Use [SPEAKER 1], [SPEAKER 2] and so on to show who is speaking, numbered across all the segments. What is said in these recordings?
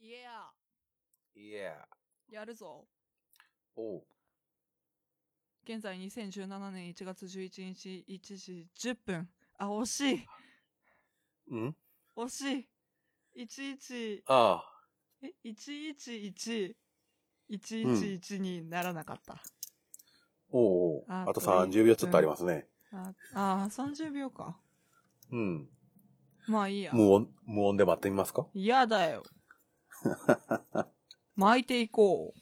[SPEAKER 1] Yeah!
[SPEAKER 2] Yeah.
[SPEAKER 1] やるぞ。
[SPEAKER 2] おう。
[SPEAKER 1] 現在2017年1月11日1時10分。あ、惜しい
[SPEAKER 2] ん
[SPEAKER 1] 惜しい !11、
[SPEAKER 2] あ
[SPEAKER 1] え ?111、1112ならなかった。
[SPEAKER 2] あ。おうおう。
[SPEAKER 1] あ
[SPEAKER 2] あと
[SPEAKER 1] とね
[SPEAKER 2] 30秒ちょっとありますね。
[SPEAKER 1] ああー、30秒か。
[SPEAKER 2] うん。
[SPEAKER 1] まあいいや。
[SPEAKER 2] 無音、無音で待ってみますか
[SPEAKER 1] 嫌だ よ。巻いていこう。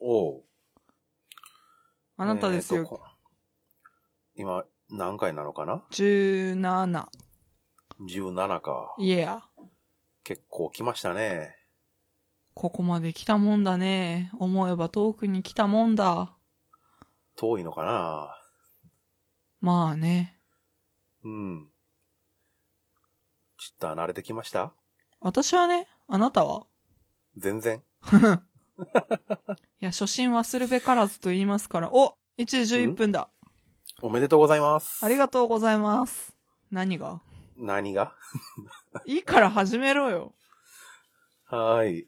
[SPEAKER 2] おう。
[SPEAKER 1] あなたです
[SPEAKER 2] えーと
[SPEAKER 1] よ。
[SPEAKER 2] こ今、何回なのかな
[SPEAKER 1] 17。
[SPEAKER 2] ?17 か。
[SPEAKER 1] いや。
[SPEAKER 2] 結構来ましたね。
[SPEAKER 1] ここまで来たもんだね。思えば遠くに来たもんだ。
[SPEAKER 2] 遠いのかな
[SPEAKER 1] まあね。
[SPEAKER 2] うん。ちょっと慣れてきました
[SPEAKER 1] 私はね、あなたは
[SPEAKER 2] 全然。
[SPEAKER 1] いや、初心忘るべからずと言いますから。お !1 時11分だ。
[SPEAKER 2] おめでとうございます。
[SPEAKER 1] ありがとうございます。何が
[SPEAKER 2] 何が
[SPEAKER 1] いいから始めろよ。
[SPEAKER 2] はーい。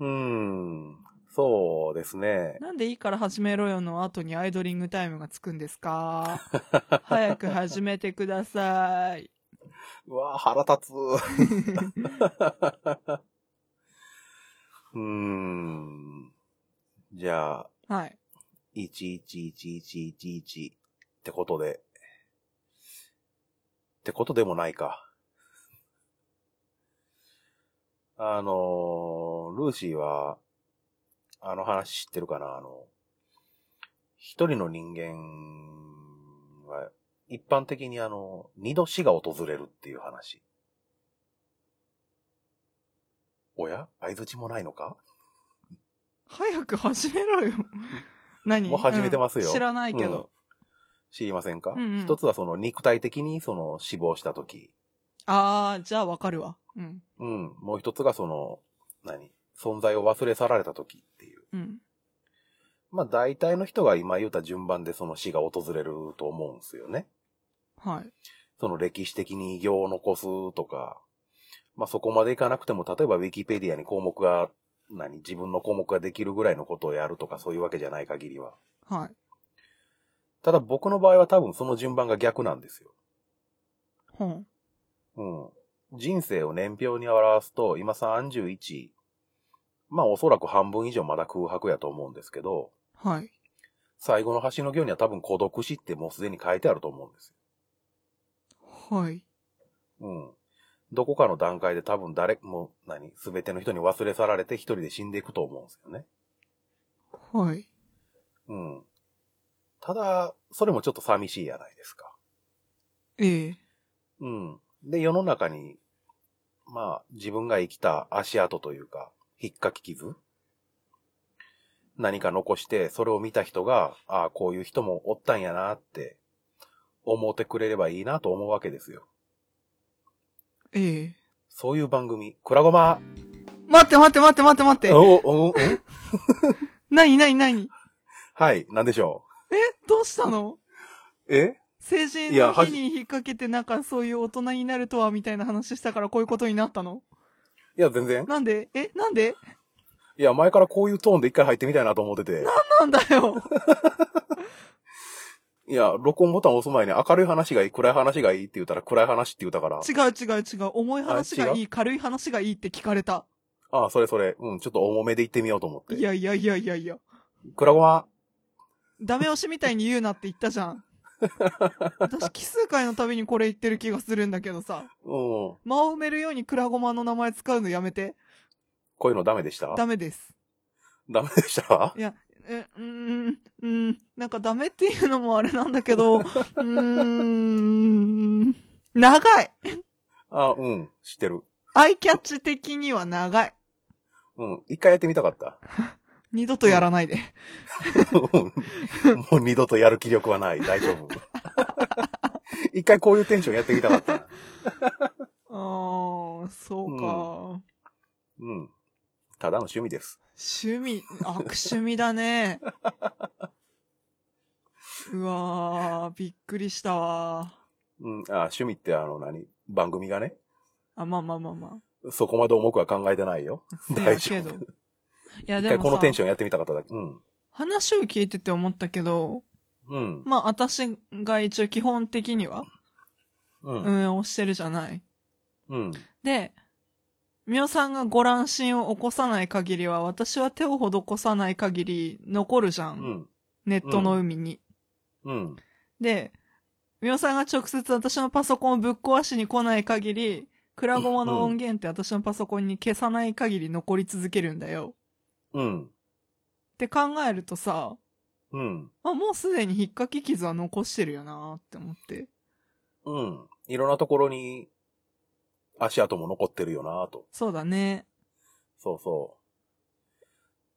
[SPEAKER 2] うーん。そうですね。
[SPEAKER 1] なんでいいから始めろよの後にアイドリングタイムがつくんです か早く始めてください。
[SPEAKER 2] うわー腹立つ。うーん。じゃあ、
[SPEAKER 1] はい。
[SPEAKER 2] 1111111ってことで。ってことでもないか。あのールーシーは、あの話知ってるかなあの、一人の人間は、一般的にあの、二度死が訪れるっていう話。おや相づちもないのか
[SPEAKER 1] 早く始めろよ。何
[SPEAKER 2] もう始めてますよ
[SPEAKER 1] うん知らないけ
[SPEAKER 2] うん
[SPEAKER 1] ど。
[SPEAKER 2] 知りませんか、
[SPEAKER 1] うんうん
[SPEAKER 2] 一つはその肉体的にその死亡した時。
[SPEAKER 1] あー、じゃあわかるわ。うん。
[SPEAKER 2] うん。もう一つがその、何存在を忘れ去られた時っていう。
[SPEAKER 1] うん。
[SPEAKER 2] まあ大体の人が今言った順番でその死が訪れると思うんですよね。
[SPEAKER 1] はい。
[SPEAKER 2] その歴史的に偉業を残すとか、まあそこまでいかなくても、例えばウィキペディアに項目が、何自分の項目ができるぐらいのことをやるとかそういうわけじゃない限りは。
[SPEAKER 1] はい。
[SPEAKER 2] ただ僕の場合は多分その順番が逆なんですよ。
[SPEAKER 1] ほん。
[SPEAKER 2] うん。人生を年表に表すと、今31、まあおそらく半分以上まだ空白やと思うんですけど、
[SPEAKER 1] はい。
[SPEAKER 2] 最後の端の行には多分孤独死ってもうすでに書いてあると思うんです
[SPEAKER 1] はい。
[SPEAKER 2] よ。うん。どこかの段階で多分誰も、何すべての人に忘れ去られて一人で死んでいくと思うんですよね。
[SPEAKER 1] はい。
[SPEAKER 2] うん。ただ、それもちょっと寂しいじゃないですか。
[SPEAKER 1] ええ
[SPEAKER 2] うん。で、世の中に、まあ、自分が生きた足跡というか、引っかき傷何か残して、それを見た人が、ああ、こういう人もおったんやなって、思ってくれればいいなと思うわけですよ。
[SPEAKER 1] ええ
[SPEAKER 2] そういう番組、クラゴマ
[SPEAKER 1] 待って待って待って待って待って。
[SPEAKER 2] おおお
[SPEAKER 1] なになになに
[SPEAKER 2] はい、なんでしょ
[SPEAKER 1] どうしたの
[SPEAKER 2] う。え
[SPEAKER 1] 成人
[SPEAKER 2] いや
[SPEAKER 1] の
[SPEAKER 2] は
[SPEAKER 1] 日
[SPEAKER 2] じ
[SPEAKER 1] に引っ掛けてなんかそういう大人になるとはみたいな話したからこういうことになったの
[SPEAKER 2] いや、全然。
[SPEAKER 1] なんでえなんで
[SPEAKER 2] いや、前からこういうトーンで一回入ってみたいなと思ってて。
[SPEAKER 1] なんだ よ
[SPEAKER 2] いや、録音ボタン押す前に明るい話がいい、暗い話がいいって言ったら暗い話って言ったから。
[SPEAKER 1] 違う違う違う。重い話が
[SPEAKER 2] あ
[SPEAKER 1] い
[SPEAKER 2] 違
[SPEAKER 1] い、軽い話がいいって聞かれた。
[SPEAKER 2] ああ、それそれ。うん、ちょっと重めで行ってみようと思って。
[SPEAKER 1] いやいやいやいやいや。
[SPEAKER 2] クラゴマ
[SPEAKER 1] ダメ押しみたいに言うなって言ったじゃ ん。私、奇数回のたびにこれ言ってる気がするんだけどさ。
[SPEAKER 2] うん。
[SPEAKER 1] 間を埋めるようにクラゴマの名前使うのやめて。
[SPEAKER 2] こういうのダメでした
[SPEAKER 1] ダメです。
[SPEAKER 2] ダメでした
[SPEAKER 1] いや、え、うーん、うん、なんかダメっていうのもあれなんだけ ど、うーん、長い
[SPEAKER 2] あ、うん。知ってる。
[SPEAKER 1] アイキャッチ的には長い。
[SPEAKER 2] うん。一回やってみたかった。
[SPEAKER 1] 二度とやらないで。
[SPEAKER 2] うんもう二度とやる気力はない。大丈夫。一回こういうテンションやってみたかったな。
[SPEAKER 1] あー、そうか。
[SPEAKER 2] うん。ただの趣味です。
[SPEAKER 1] 趣味、悪趣味だ ね。うわー、びっくりしたわ
[SPEAKER 2] うん。あ、趣味ってあの何番組がね。
[SPEAKER 1] あ、まあまあまあまあ。
[SPEAKER 2] そこまで重くは考えてないよ。大
[SPEAKER 1] せ
[SPEAKER 2] 丈
[SPEAKER 1] や
[SPEAKER 2] 夫。
[SPEAKER 1] けど。いや、
[SPEAKER 2] 一
[SPEAKER 1] で
[SPEAKER 2] 回
[SPEAKER 1] も
[SPEAKER 2] このテンシ
[SPEAKER 1] さ、
[SPEAKER 2] ョンやってみたかっただけ。うん。
[SPEAKER 1] 話を聞いてて思ったけど、
[SPEAKER 2] うん。
[SPEAKER 1] まあ、私が一応基本的には
[SPEAKER 2] うん。
[SPEAKER 1] 運営をしてるじゃない。
[SPEAKER 2] うん。
[SPEAKER 1] で、みおさんがご乱心を起こさない限りは、私は手を施さない限り残るじゃ。
[SPEAKER 2] うんん。
[SPEAKER 1] ネットの海に。
[SPEAKER 2] うん。
[SPEAKER 1] で、みおさんが直接私のパソコンをぶっ壊しに来ない限り、クラゴマの音源って私のパソコンに消さない限り残り続けるんだよ。
[SPEAKER 2] うん。
[SPEAKER 1] って考えるとさ、
[SPEAKER 2] うん。
[SPEAKER 1] あ、もうすでに引っかき傷は残してるよなーって思って。
[SPEAKER 2] うん。いろんなところに足跡も残ってるよなぁと。
[SPEAKER 1] そうだね。
[SPEAKER 2] そうそ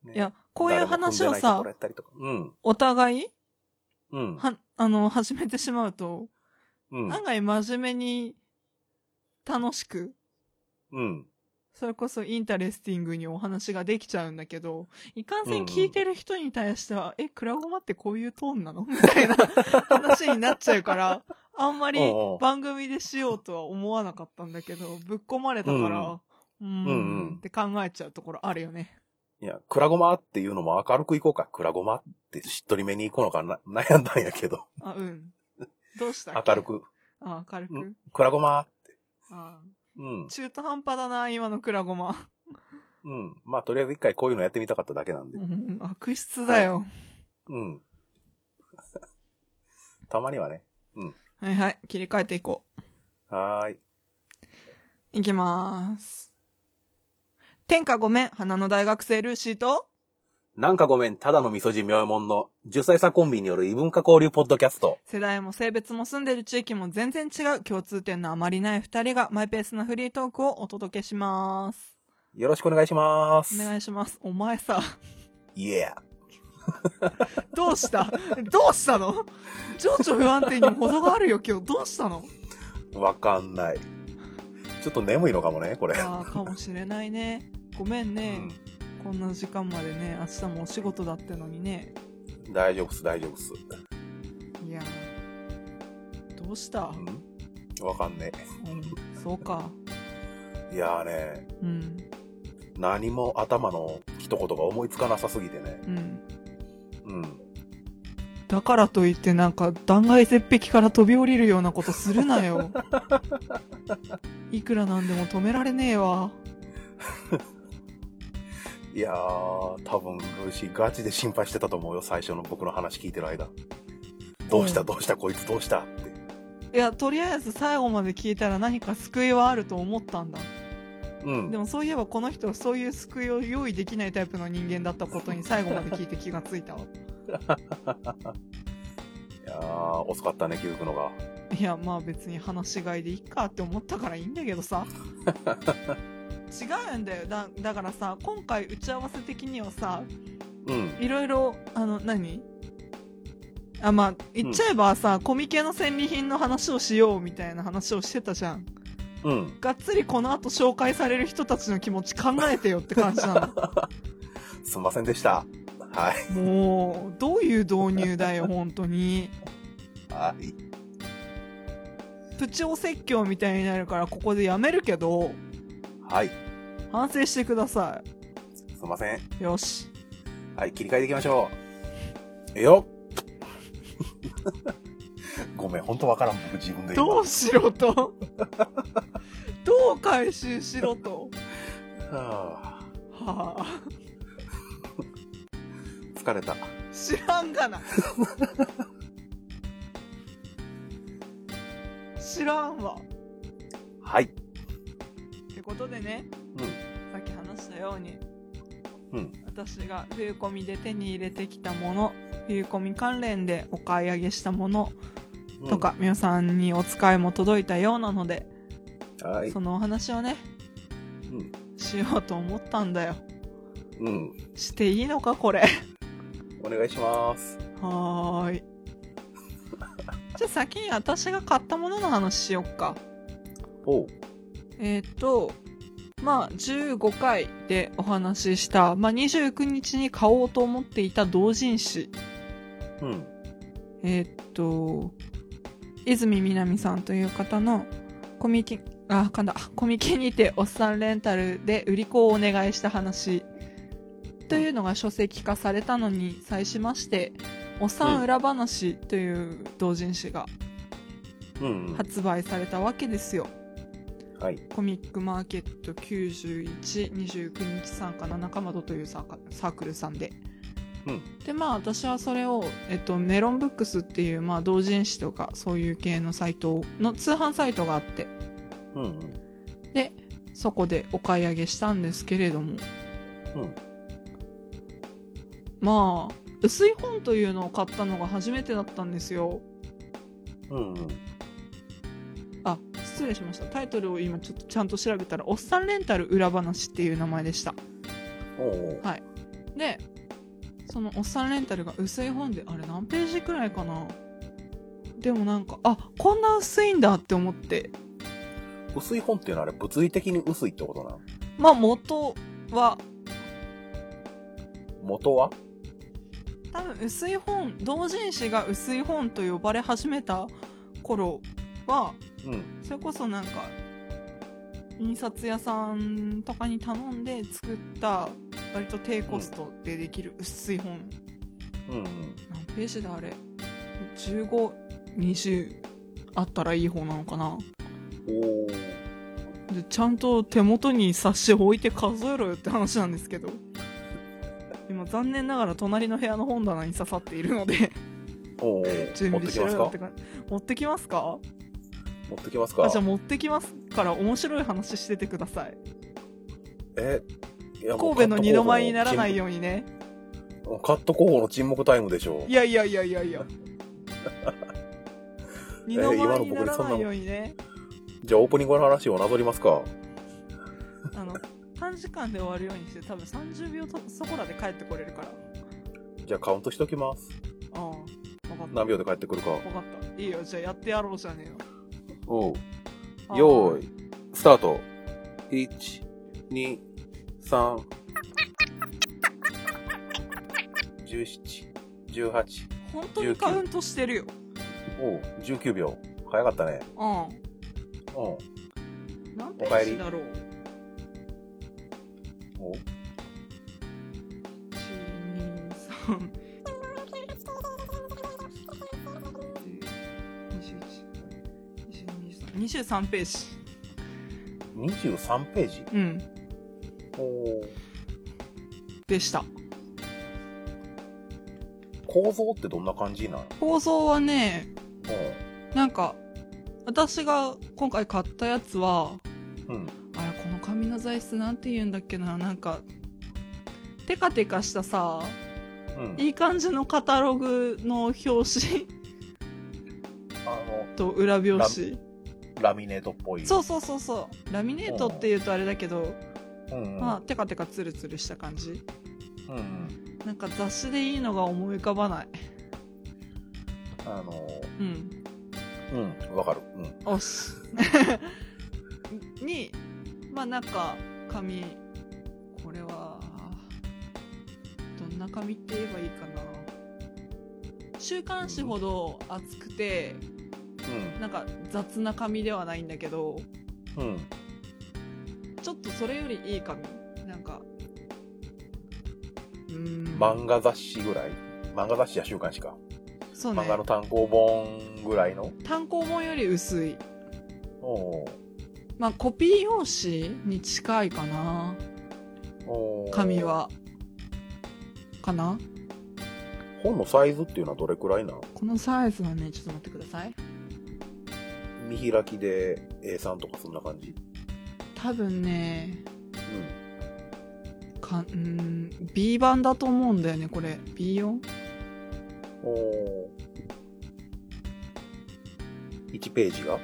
[SPEAKER 2] う。ね
[SPEAKER 1] いや、こういう話を
[SPEAKER 2] 誰も
[SPEAKER 1] さ
[SPEAKER 2] 踏んでないところや、ったりとかうん。
[SPEAKER 1] お互い、
[SPEAKER 2] うん。
[SPEAKER 1] は、あの、始めてしまうと、
[SPEAKER 2] うん。
[SPEAKER 1] 案外真面目に、楽しく、
[SPEAKER 2] うん。
[SPEAKER 1] それこそインタレスティングにお話ができちゃうんだけど、いかんせん聞いてる人に対しては、え、クラゴマってこういうトーンなの みたいな話になっちゃうから、あんまり
[SPEAKER 2] おうおう
[SPEAKER 1] 番組でしようとは思わなかったんだけど、ぶっ込まれたから、うーん、
[SPEAKER 2] うんうん
[SPEAKER 1] んって考えちゃうところあるよね。
[SPEAKER 2] いや、クラゴマっていうのも明るくいこうか。クラゴマってしっとりめにいこうのかな悩んだんやけど。
[SPEAKER 1] あ、うん。どうしたっけ
[SPEAKER 2] 明る。く。
[SPEAKER 1] あ、明る
[SPEAKER 2] う
[SPEAKER 1] く。
[SPEAKER 2] クラゴマ
[SPEAKER 1] あ
[SPEAKER 2] うん。
[SPEAKER 1] 中途半端だな、今のクラゴマ。
[SPEAKER 2] うん。まあ、とりあえず一回こういうのやってみたかっただけなんで
[SPEAKER 1] う。ん、悪質だよ。
[SPEAKER 2] うん。 たまにはね。
[SPEAKER 1] はいはい、切り替えていこう。
[SPEAKER 2] はーい。
[SPEAKER 1] いきまーす。天下ごめん、花の大学生ルーシーと、
[SPEAKER 2] なんかごめん、ただの味噌汁妙門の10歳差コンビによる異文化交流ポッドキャスト。
[SPEAKER 1] 世代も性別も住んでる地域も全然違う共通点のあまりない二人がマイペースなフリートークをお届けします。
[SPEAKER 2] よろしくお願いします。
[SPEAKER 1] お願いします。お前さ、
[SPEAKER 2] イエ
[SPEAKER 1] どうしたどうしたの情緒不安定にも程があるよ、今日。どうしたの
[SPEAKER 2] ーわかんない。ちょっと眠いのかもね、これ。
[SPEAKER 1] ああ、かもしれないね。ごめんね。こんな時間までね、明日もお仕事だってのにね。
[SPEAKER 2] うん大丈夫っす、大丈夫っす。
[SPEAKER 1] いやーどうした、
[SPEAKER 2] うんわかんね
[SPEAKER 1] うん、そうか。
[SPEAKER 2] え。いやーね、
[SPEAKER 1] うん。
[SPEAKER 2] 何も頭の一言が思いつかなさすぎてね。
[SPEAKER 1] うん。
[SPEAKER 2] うん。
[SPEAKER 1] だからといってなんか断崖絶壁から飛び降りるようなことするなよいくらなんでも止められねえわ
[SPEAKER 2] いやー、多分、ルーシーガチで心配してたと思うよ、最初の僕の話聞いてる間。どうした、
[SPEAKER 1] うん
[SPEAKER 2] どうした、こいつどうしたって。
[SPEAKER 1] いやとりあえず最後まで聞いたら何か救いはあると思ったんだ
[SPEAKER 2] うん
[SPEAKER 1] で。もそういえばこの人はそういう救いを用意できないタイプの人間だったことに最後まで聞いて気がついたわ
[SPEAKER 2] いやー、遅かったね、気づくのが。
[SPEAKER 1] いやまあ別に話しがいでいいかって思ったからいいんだけどさ違うんだよだだからさ今回打ち合わせ的にはさ
[SPEAKER 2] うん。
[SPEAKER 1] いろいろ、あの、何あ、まあ、言っちゃえばさ、コミケの戦利品の話をしようみたいな話をしてたじゃん。
[SPEAKER 2] うん。
[SPEAKER 1] がっつりこの後紹介される人たちの気持ち考えてよって感じな
[SPEAKER 2] すんませんでした。はい。
[SPEAKER 1] の。もう、どういう導入だよ、本当に。
[SPEAKER 2] はい。
[SPEAKER 1] プチお説教みたいになるから、ここでやめるけど、
[SPEAKER 2] はい。
[SPEAKER 1] 反省してくださ
[SPEAKER 2] すんません。
[SPEAKER 1] い。よし。
[SPEAKER 2] はい、切り替えていきましょう。えよ っごめん、ほんとわからん、僕自分で今。
[SPEAKER 1] どうしろと。どう回収しろと。
[SPEAKER 2] はあ
[SPEAKER 1] はあ。
[SPEAKER 2] 疲れた。
[SPEAKER 1] 知らんがな知らんわっ
[SPEAKER 2] はい。
[SPEAKER 1] てことでね
[SPEAKER 2] うん。
[SPEAKER 1] さっき話したように、
[SPEAKER 2] うん
[SPEAKER 1] 私が冬コミで手に入れてきたもの冬コミ関連でお買い上げしたものと。か、皆さんにお使いも届いたようなので、
[SPEAKER 2] はい。
[SPEAKER 1] そのお話をね
[SPEAKER 2] うん。
[SPEAKER 1] しようと思ったんだよ
[SPEAKER 2] うん。
[SPEAKER 1] していいのかこれ
[SPEAKER 2] お願いします。
[SPEAKER 1] はーいじゃあ先に私が買ったものの話しよっか
[SPEAKER 2] おう。
[SPEAKER 1] えっ、と、まあ、15回でお話しした、まあ、29日に買おうと思っていた同人誌。
[SPEAKER 2] うん。
[SPEAKER 1] えっ、と、泉みなみさんという方のコミケ、あ、かんだ。コミケにておっさんレンタルで売り子をお願いした話。というのが書籍化されたのに際しまして、おっさん裏話という同人誌が
[SPEAKER 2] うん、うん。
[SPEAKER 1] 発売されたわけですよ。
[SPEAKER 2] はい。
[SPEAKER 1] コミックマーケット91、29日参加、七かまどというサーカサークルさんで。
[SPEAKER 2] うん
[SPEAKER 1] で、まあ私はそれを、えっと、メロンブックスっていう、まあ同人誌とかそういう系のサイトの通販サイトがあって、
[SPEAKER 2] うん、うん。
[SPEAKER 1] で、そこでお買い上げしたんですけれども、
[SPEAKER 2] うん
[SPEAKER 1] まあ、薄い本というのを買ったのが初めてだったんですよ。
[SPEAKER 2] うん、うん。
[SPEAKER 1] あ、失礼しました。タイトルを今ちょっとちゃんと調べたら、おっさんレンタル裏話っていう名前でした。
[SPEAKER 2] おうおう。
[SPEAKER 1] で、そのおっさんレンタルが薄い本で、あれ何ページくらいかなでもなんか、あ、こんな薄いんだって思って、
[SPEAKER 2] 薄い本っていうのはあれ、物理的に薄いってことなの
[SPEAKER 1] まあ元は
[SPEAKER 2] 元は
[SPEAKER 1] 多分薄い本同人誌が薄い本と呼ばれ始めた頃は
[SPEAKER 2] うん。
[SPEAKER 1] それこそなんか印刷屋さんとかに頼んで作った割と低コストでできる薄い本、
[SPEAKER 2] うん、うん。
[SPEAKER 1] 何ページだあれ1520あったらいい方なのかな
[SPEAKER 2] おー
[SPEAKER 1] でちゃんと手元に冊子置いて数えろよって話なんですけど今残念ながら隣の部屋の本棚に刺さっているので
[SPEAKER 2] おうおう。
[SPEAKER 1] 準
[SPEAKER 2] 持
[SPEAKER 1] 備
[SPEAKER 2] って
[SPEAKER 1] し
[SPEAKER 2] き
[SPEAKER 1] ろ
[SPEAKER 2] ます
[SPEAKER 1] よ
[SPEAKER 2] か
[SPEAKER 1] って感じ持ってきますか
[SPEAKER 2] 持ってきます
[SPEAKER 1] あ
[SPEAKER 2] か
[SPEAKER 1] じゃあ持ってきますから面白い話しててください
[SPEAKER 2] えいやもう
[SPEAKER 1] 神戸の二の舞にならないよ
[SPEAKER 2] よ。
[SPEAKER 1] うにね
[SPEAKER 2] カット候補の沈黙タイムでしょ
[SPEAKER 1] い。やいやいやいやい や二の
[SPEAKER 2] 今の
[SPEAKER 1] 舞
[SPEAKER 2] 僕
[SPEAKER 1] になら
[SPEAKER 2] そんな
[SPEAKER 1] な
[SPEAKER 2] の
[SPEAKER 1] いようにね
[SPEAKER 2] じゃあオープニングの話をなぞりますか。
[SPEAKER 1] あの短時間で終わるようにして多分30秒とそこらで帰ってこれるから
[SPEAKER 2] じゃあカウントしときます。
[SPEAKER 1] ああ分かった
[SPEAKER 2] 何秒で帰ってくるか。
[SPEAKER 1] 分かったいいよじゃあやってやろうじゃね
[SPEAKER 2] おう。
[SPEAKER 1] えの
[SPEAKER 2] よー
[SPEAKER 1] い
[SPEAKER 2] い、スタート。1、2、3、17、18、
[SPEAKER 1] 本当にカウントしてるよ
[SPEAKER 2] おう、19秒。早かったね。
[SPEAKER 1] うん
[SPEAKER 2] うん。おう
[SPEAKER 1] 何ペ
[SPEAKER 2] おかえ
[SPEAKER 1] ー
[SPEAKER 2] り
[SPEAKER 1] ジだろう1 2 3 23ページ
[SPEAKER 2] 23ページ。
[SPEAKER 1] うん
[SPEAKER 2] おう
[SPEAKER 1] でした
[SPEAKER 2] 構造ってどんな感じなの
[SPEAKER 1] 構造はね
[SPEAKER 2] う
[SPEAKER 1] なんか私が今回買ったやつは
[SPEAKER 2] ん。うん。
[SPEAKER 1] あれこの紙の材質なんて言うんだっけななんかテカテカしたさ
[SPEAKER 2] うん。
[SPEAKER 1] いい感じのカタログの表紙
[SPEAKER 2] あの、
[SPEAKER 1] と裏表紙
[SPEAKER 2] ラミネートっぽい。
[SPEAKER 1] そうそうそうそうラミネートっていうとあれだけど
[SPEAKER 2] う。うん、うん。
[SPEAKER 1] まあ、テカテカツルツルした感じ
[SPEAKER 2] うんうん。
[SPEAKER 1] なんか雑誌でいいのが思い浮かばない
[SPEAKER 2] あの、
[SPEAKER 1] うん
[SPEAKER 2] うん、わかる。うん。
[SPEAKER 1] おし にまあなんか紙これはどんな紙って言えばいいかな週刊誌ほど厚くてなんか雑な紙ではないんだけど
[SPEAKER 2] うん。うん。
[SPEAKER 1] ちょっとそれよりいい紙なんかうーん
[SPEAKER 2] 漫画雑誌ぐらい漫画雑誌や週刊誌か。
[SPEAKER 1] そうね
[SPEAKER 2] 漫画の単行本ぐらいの
[SPEAKER 1] 単行本より薄い
[SPEAKER 2] お
[SPEAKER 1] まあコピー用紙に近いかな
[SPEAKER 2] ーおー
[SPEAKER 1] 紙。はかな
[SPEAKER 2] 本のサイズっていうのはどれくらいなの
[SPEAKER 1] このサイズはねちょっと待ってください
[SPEAKER 2] 見開きで A3 とかそんな感じ。
[SPEAKER 1] 多分ね
[SPEAKER 2] うん。
[SPEAKER 1] かうーん B 版だと思うんだよねこれ B4?
[SPEAKER 2] お1ページが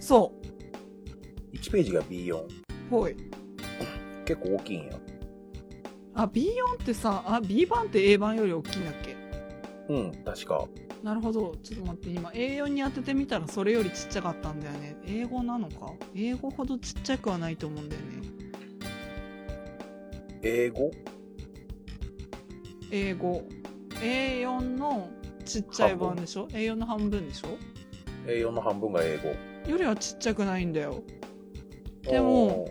[SPEAKER 1] そ
[SPEAKER 2] ?1 ページが B4。
[SPEAKER 1] うほい
[SPEAKER 2] 結構大きいんや。
[SPEAKER 1] あ B4 ってさあ B 版って A 版より大きいんだっけ
[SPEAKER 2] うん、確か。
[SPEAKER 1] なるほどちょっと待って今 A4 に当ててみたらそれよりちっちゃかったんだよね英語なのか英語ほどちっちゃくはないと思うんだよね
[SPEAKER 2] 英語
[SPEAKER 1] 英語 A4 のちっちゃい版でしょ A4 の半分でしょ
[SPEAKER 2] ?A4 の半分が英語。
[SPEAKER 1] よりはちっちゃくないんだよでも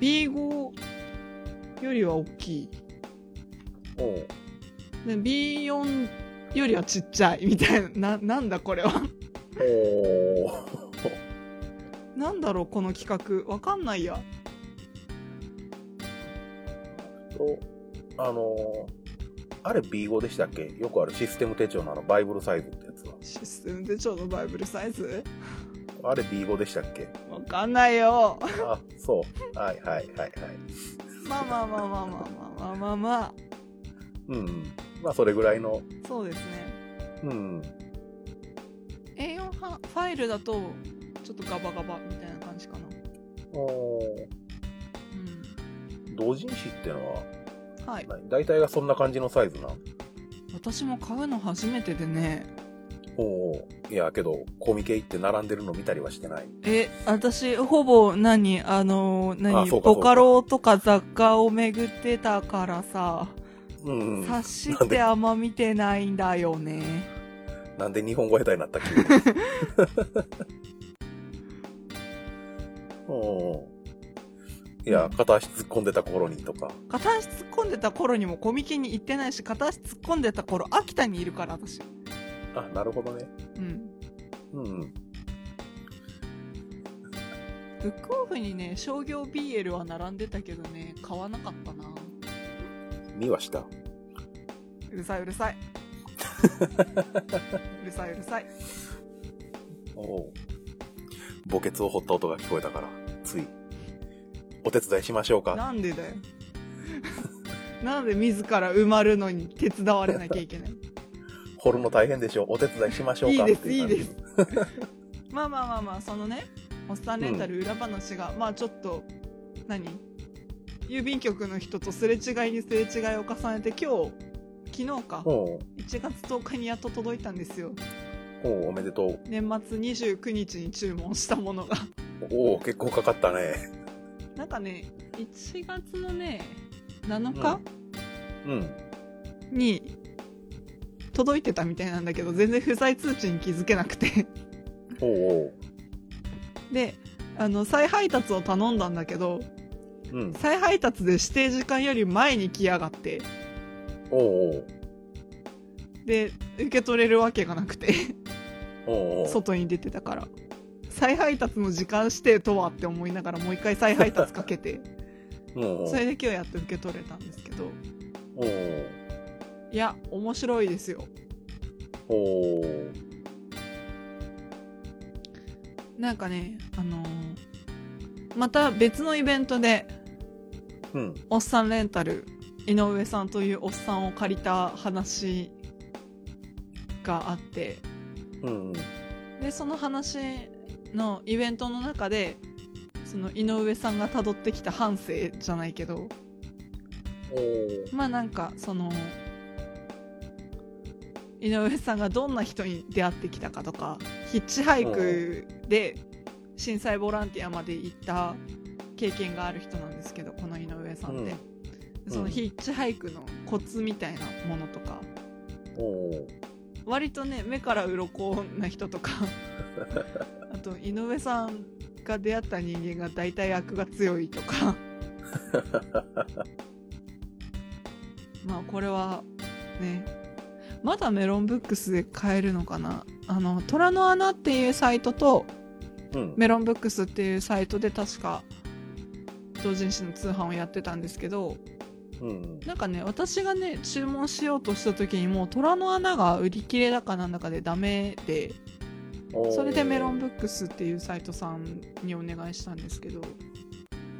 [SPEAKER 1] B5 よりは大きい
[SPEAKER 2] おー、おー
[SPEAKER 1] で B4 よりはちっちゃいみたいなななんだこれは
[SPEAKER 2] おー
[SPEAKER 1] なんだろうこの企画わかんないや
[SPEAKER 2] と、あのーあれ B5 でしたっけよくあるシステム手帳のあのバイブルサイズってやつは。
[SPEAKER 1] システム手帳のバイブルサイズ
[SPEAKER 2] あれ B5 でしたっけ
[SPEAKER 1] わかんないよ
[SPEAKER 2] あ、そう。はいはいはいはい。
[SPEAKER 1] まあまあまあまあまあまあまあまあまあ
[SPEAKER 2] うんうん。まあそれぐらいの、
[SPEAKER 1] そうですね
[SPEAKER 2] うん。
[SPEAKER 1] A4 ファファイルだとちょっとガバガバみたいな感じかな
[SPEAKER 2] お
[SPEAKER 1] う
[SPEAKER 2] 同人誌ってのは、
[SPEAKER 1] んはい
[SPEAKER 2] な大体がそんな感じのサイズなん
[SPEAKER 1] 私も買うの初めてでね
[SPEAKER 2] おおいやけどコミケ行って並んでるの見たりはしてない
[SPEAKER 1] え私ほぼ何あの
[SPEAKER 2] あ
[SPEAKER 1] 何
[SPEAKER 2] そうかそう
[SPEAKER 1] ボ
[SPEAKER 2] か
[SPEAKER 1] カロとか雑貨を巡ってたからさ
[SPEAKER 2] うん、うん、
[SPEAKER 1] 察し
[SPEAKER 2] なん
[SPEAKER 1] っ
[SPEAKER 2] で
[SPEAKER 1] てあんま見てないんだよね
[SPEAKER 2] なんで日本語下手になったっけお おいや片足突っ込んでた頃にとか
[SPEAKER 1] 片足突っ込んでた頃にもコミケに行ってないし片足突っ込んでた頃秋田にいるから私
[SPEAKER 2] あなるほどね
[SPEAKER 1] うん
[SPEAKER 2] うんうん
[SPEAKER 1] ブックオフにね商業 BL は並んでたけどね買わなかったな
[SPEAKER 2] 見はした
[SPEAKER 1] うるさいうるさいうるさいうるさい
[SPEAKER 2] おお墓穴を掘った音が聞こえたからついお手伝いしましょうか
[SPEAKER 1] なんでだよなんで自ら埋まるのに手伝われなきゃいけない
[SPEAKER 2] 掘るの大変でしょお手伝いしましょ
[SPEAKER 1] い
[SPEAKER 2] うか
[SPEAKER 1] いです
[SPEAKER 2] ってう感じ
[SPEAKER 1] いいでまあまあまあまあそのねおっさんレンタル裏話が、まあちょっと何郵便局の人とすれ違いにすれ違いを重ねて今日昨日か
[SPEAKER 2] おお
[SPEAKER 1] 1月10日にやっと届いたんですよ
[SPEAKER 2] おおおめでとう
[SPEAKER 1] 年末29日に注文したものが
[SPEAKER 2] おお結構かかったね
[SPEAKER 1] なんかね1月のね7日、
[SPEAKER 2] うん
[SPEAKER 1] に届いてたみたいなんだけど全然不在通知に気づけなくて
[SPEAKER 2] おおう
[SPEAKER 1] であの再配達を頼んだんだけど
[SPEAKER 2] うん
[SPEAKER 1] 再配達で指定時間より前に来やがって
[SPEAKER 2] おおう
[SPEAKER 1] で受け取れるわけがなくて
[SPEAKER 2] おうおう
[SPEAKER 1] 外に出てたから再配達の時間指定とはって思いながらもう一回再配達かけて
[SPEAKER 2] おうおう
[SPEAKER 1] それで今日やっと受け取れたんですけど
[SPEAKER 2] おう
[SPEAKER 1] いや面白いですよ
[SPEAKER 2] おう
[SPEAKER 1] なんかねあのーまた別のイベントで
[SPEAKER 2] うん
[SPEAKER 1] おっさんレンタル井上さんというおっさんを借りた話があって
[SPEAKER 2] うん
[SPEAKER 1] でその話のイベントの中でその井上さんが辿ってきた半生じゃないけど
[SPEAKER 2] おう
[SPEAKER 1] まあなんかその井上さんがどんな人に出会ってきたかとかヒッチハイクで震災ボランティアまで行った経験がある人なんですけどこの井上さんって、
[SPEAKER 2] うん
[SPEAKER 1] その
[SPEAKER 2] うん
[SPEAKER 1] ヒッチハイクのコツみたいなものとか
[SPEAKER 2] おう
[SPEAKER 1] 割とね目から鱗な人とかあと井上さんが出会った人間が大体悪が強いとかまあこれはねまだメロンブックスで買えるのかなあの虎の穴っていうサイトと
[SPEAKER 2] うん
[SPEAKER 1] メロンブックスっていうサイトで確か同人誌の通販をやってたんですけど
[SPEAKER 2] うん
[SPEAKER 1] なんかね私がね注文しようとした時にもう虎の穴が売り切れだかなんだかでダメで
[SPEAKER 2] おう
[SPEAKER 1] それでメロンブックスっていうサイトさんにお願いしたんですけど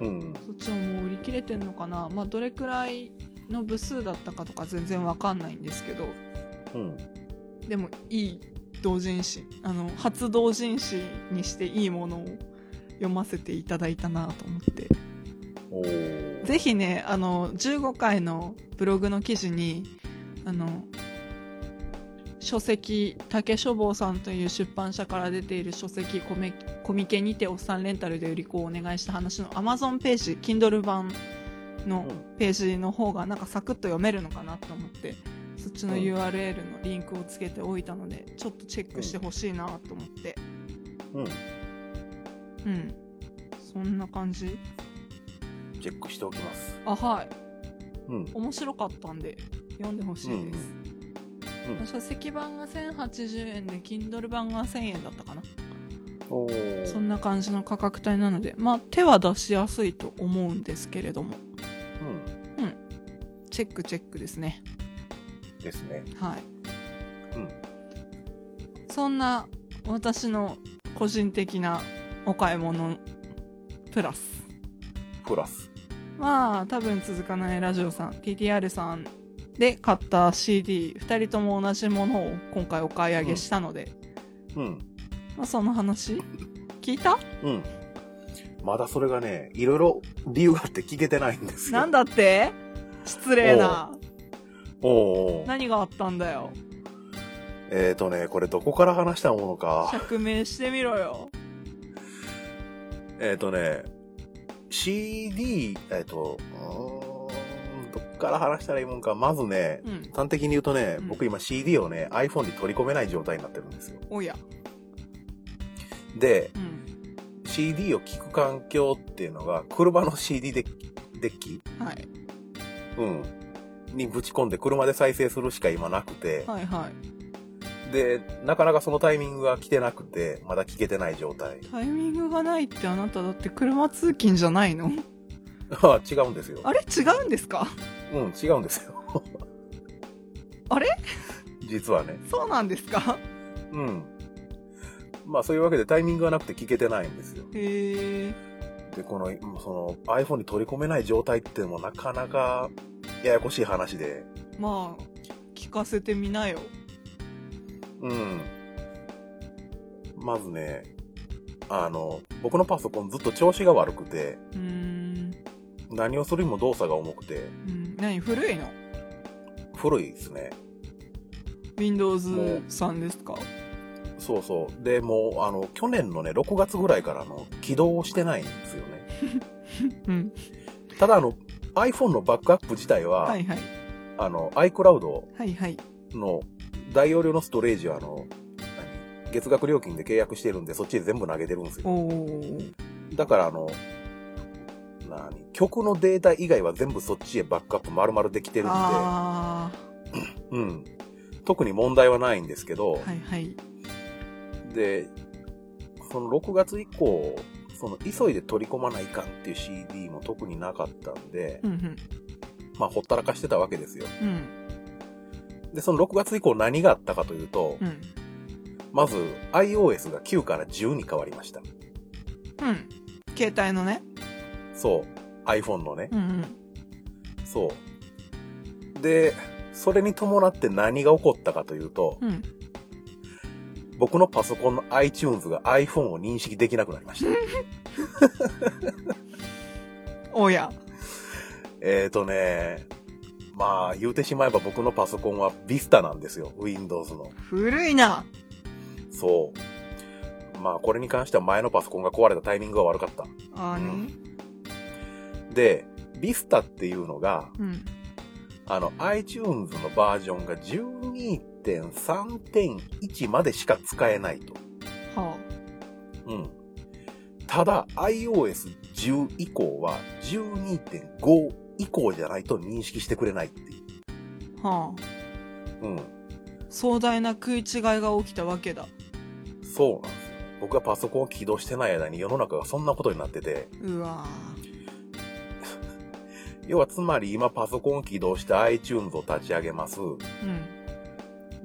[SPEAKER 2] うん
[SPEAKER 1] そっちももう売り切れてんのかなまあどれくらいの部数だったかとか全然わかんないんですけど
[SPEAKER 2] うん
[SPEAKER 1] でもいい同人誌あの初同人誌にしていいものを読ませていただいたなと思って
[SPEAKER 2] おう
[SPEAKER 1] ぜひね、あの、15回のブログの記事に、あの、書籍、竹書房さんという出版社から出ている書籍、コメコミケにておっさんレンタルで売り子をお願いした話の Amazon ページ、Kindle 版のページの方がなんかサクッと読めるのかなと思って、そっちの
[SPEAKER 2] うん
[SPEAKER 1] URL のリンクをつけておいたので、ちょっとチェックしてほしいなと思って。
[SPEAKER 2] うん
[SPEAKER 1] うんそんな感じ
[SPEAKER 2] チェックしておきます。
[SPEAKER 1] あはい
[SPEAKER 2] うん。
[SPEAKER 1] 面白かったんで読んでほしいです、
[SPEAKER 2] うんうん
[SPEAKER 1] 私は石版が1080円で Kindle 版が1000円だったかな
[SPEAKER 2] お
[SPEAKER 1] そ
[SPEAKER 2] ー
[SPEAKER 1] んな感じの価格帯なのでまあ手は出しやすいと思うんですけれども
[SPEAKER 2] うん。
[SPEAKER 1] チェックチェックですね
[SPEAKER 2] ですね。
[SPEAKER 1] はい、
[SPEAKER 2] うん
[SPEAKER 1] そんな私の個人的なお買い物プラス
[SPEAKER 2] プラス。
[SPEAKER 1] まあ多分続かないラジオさん TTR さんで買った CD2 人とも同じものを今回お買い上げしたので、
[SPEAKER 2] うん。
[SPEAKER 1] まあ、その話聞いた
[SPEAKER 2] うん。まだそれがね、いろいろ理由があって聞けてないんですよ。
[SPEAKER 1] なんだって失礼な
[SPEAKER 2] おうおう
[SPEAKER 1] 何があったんだよ
[SPEAKER 2] えーとね、これどこから話したものか。
[SPEAKER 1] 釈明してみろよ
[SPEAKER 2] えーとね、CD、えーと、うーん、どっから話したらいいもんか。まずね、
[SPEAKER 1] うん
[SPEAKER 2] 端的に言うとね、
[SPEAKER 1] うん
[SPEAKER 2] 僕今 CD をね、iPhone に取り込めない状態になってるんですよ。
[SPEAKER 1] おや
[SPEAKER 2] で、
[SPEAKER 1] うん
[SPEAKER 2] CD を聞く環境っていうのが、車の CD デッキデッキ
[SPEAKER 1] はい
[SPEAKER 2] うん。にぶち込んで車で再生するしか今なくて、
[SPEAKER 1] はいはい
[SPEAKER 2] で、なかなかそのタイミングが来てなくて、まだ聞けてない状態。
[SPEAKER 1] タイミングがないってあなただって車通勤じゃないの
[SPEAKER 2] あ違うんですよ。
[SPEAKER 1] あれ違うんですか
[SPEAKER 2] うん、違うんですよ。
[SPEAKER 1] あれ
[SPEAKER 2] 実はね。
[SPEAKER 1] そうなんですか
[SPEAKER 2] うん。まあそういうわけでタイミングがなくて聞けてないんですよ。
[SPEAKER 1] へえ
[SPEAKER 2] で、この、その iPhone に取り込めない状態っていうのもなかなかややこしい話で。
[SPEAKER 1] まあ聞かせてみなよ
[SPEAKER 2] うん。まずね、あの、僕のパソコンずっと調子が悪くて、
[SPEAKER 1] うーん
[SPEAKER 2] 何をするにも動作が重くて、
[SPEAKER 1] うん何古いの
[SPEAKER 2] 古いですね。
[SPEAKER 1] Windows さんですか
[SPEAKER 2] そうそう。で、もう、あの、去年のね、6月ぐらいからの起動してないんですよね。
[SPEAKER 1] うん
[SPEAKER 2] ただ、あの、iPhone のバックアップ自体は、
[SPEAKER 1] はいはい
[SPEAKER 2] あの、iCloud
[SPEAKER 1] はいはい
[SPEAKER 2] の大容量のストレージは、あの、何月額料金で契約してるんで、そっちで全部投げてるんです
[SPEAKER 1] お
[SPEAKER 2] よ。
[SPEAKER 1] お
[SPEAKER 2] だから、あの、何曲のデータ以外は全部そっちへバックアップ丸々できてるんで、
[SPEAKER 1] あ
[SPEAKER 2] うん。特に問題はないんですけど、
[SPEAKER 1] あはいはい
[SPEAKER 2] で、その6月以降、その急いで取り込まないかんっていう CD も特になかったんで、
[SPEAKER 1] うんうん
[SPEAKER 2] まあほったらかしてたわけですよ。
[SPEAKER 1] うん
[SPEAKER 2] で、その6月以降何があったかというと、
[SPEAKER 1] うん
[SPEAKER 2] まず iOS が9から10に変わりました。
[SPEAKER 1] うん携帯のね
[SPEAKER 2] そう。iPhone のね。
[SPEAKER 1] うんうん
[SPEAKER 2] そう。で、それに伴って何が起こったかというと、
[SPEAKER 1] うん
[SPEAKER 2] 僕のパソコンの iTunes が iPhone を認識できなくなりました。
[SPEAKER 1] おや
[SPEAKER 2] えーとね、まあ言うてしまえば僕のパソコンは Vista なんですよ。Windows の。
[SPEAKER 1] 古いな
[SPEAKER 2] そう。まあこれに関しては前のパソコンが壊れたタイミングが悪かった。
[SPEAKER 1] あ
[SPEAKER 2] う
[SPEAKER 1] に
[SPEAKER 2] んで、Vista っていうのが、
[SPEAKER 1] うん
[SPEAKER 2] あの iTunes のバージョンが12.3.1までしか使えないと。
[SPEAKER 1] は
[SPEAKER 2] うん。ただ iOS10 以降は12.5以降じゃないと認識してくれないっていう。
[SPEAKER 1] あはあ
[SPEAKER 2] うん。
[SPEAKER 1] 壮大な食い違いが起きたわけだ
[SPEAKER 2] そうなんですよ。僕がパソコンを起動してない間に世の中がそんなことになってて、
[SPEAKER 1] うわ
[SPEAKER 2] 要はつまり今パソコンを起動して iTunes を立ち上げます。
[SPEAKER 1] ー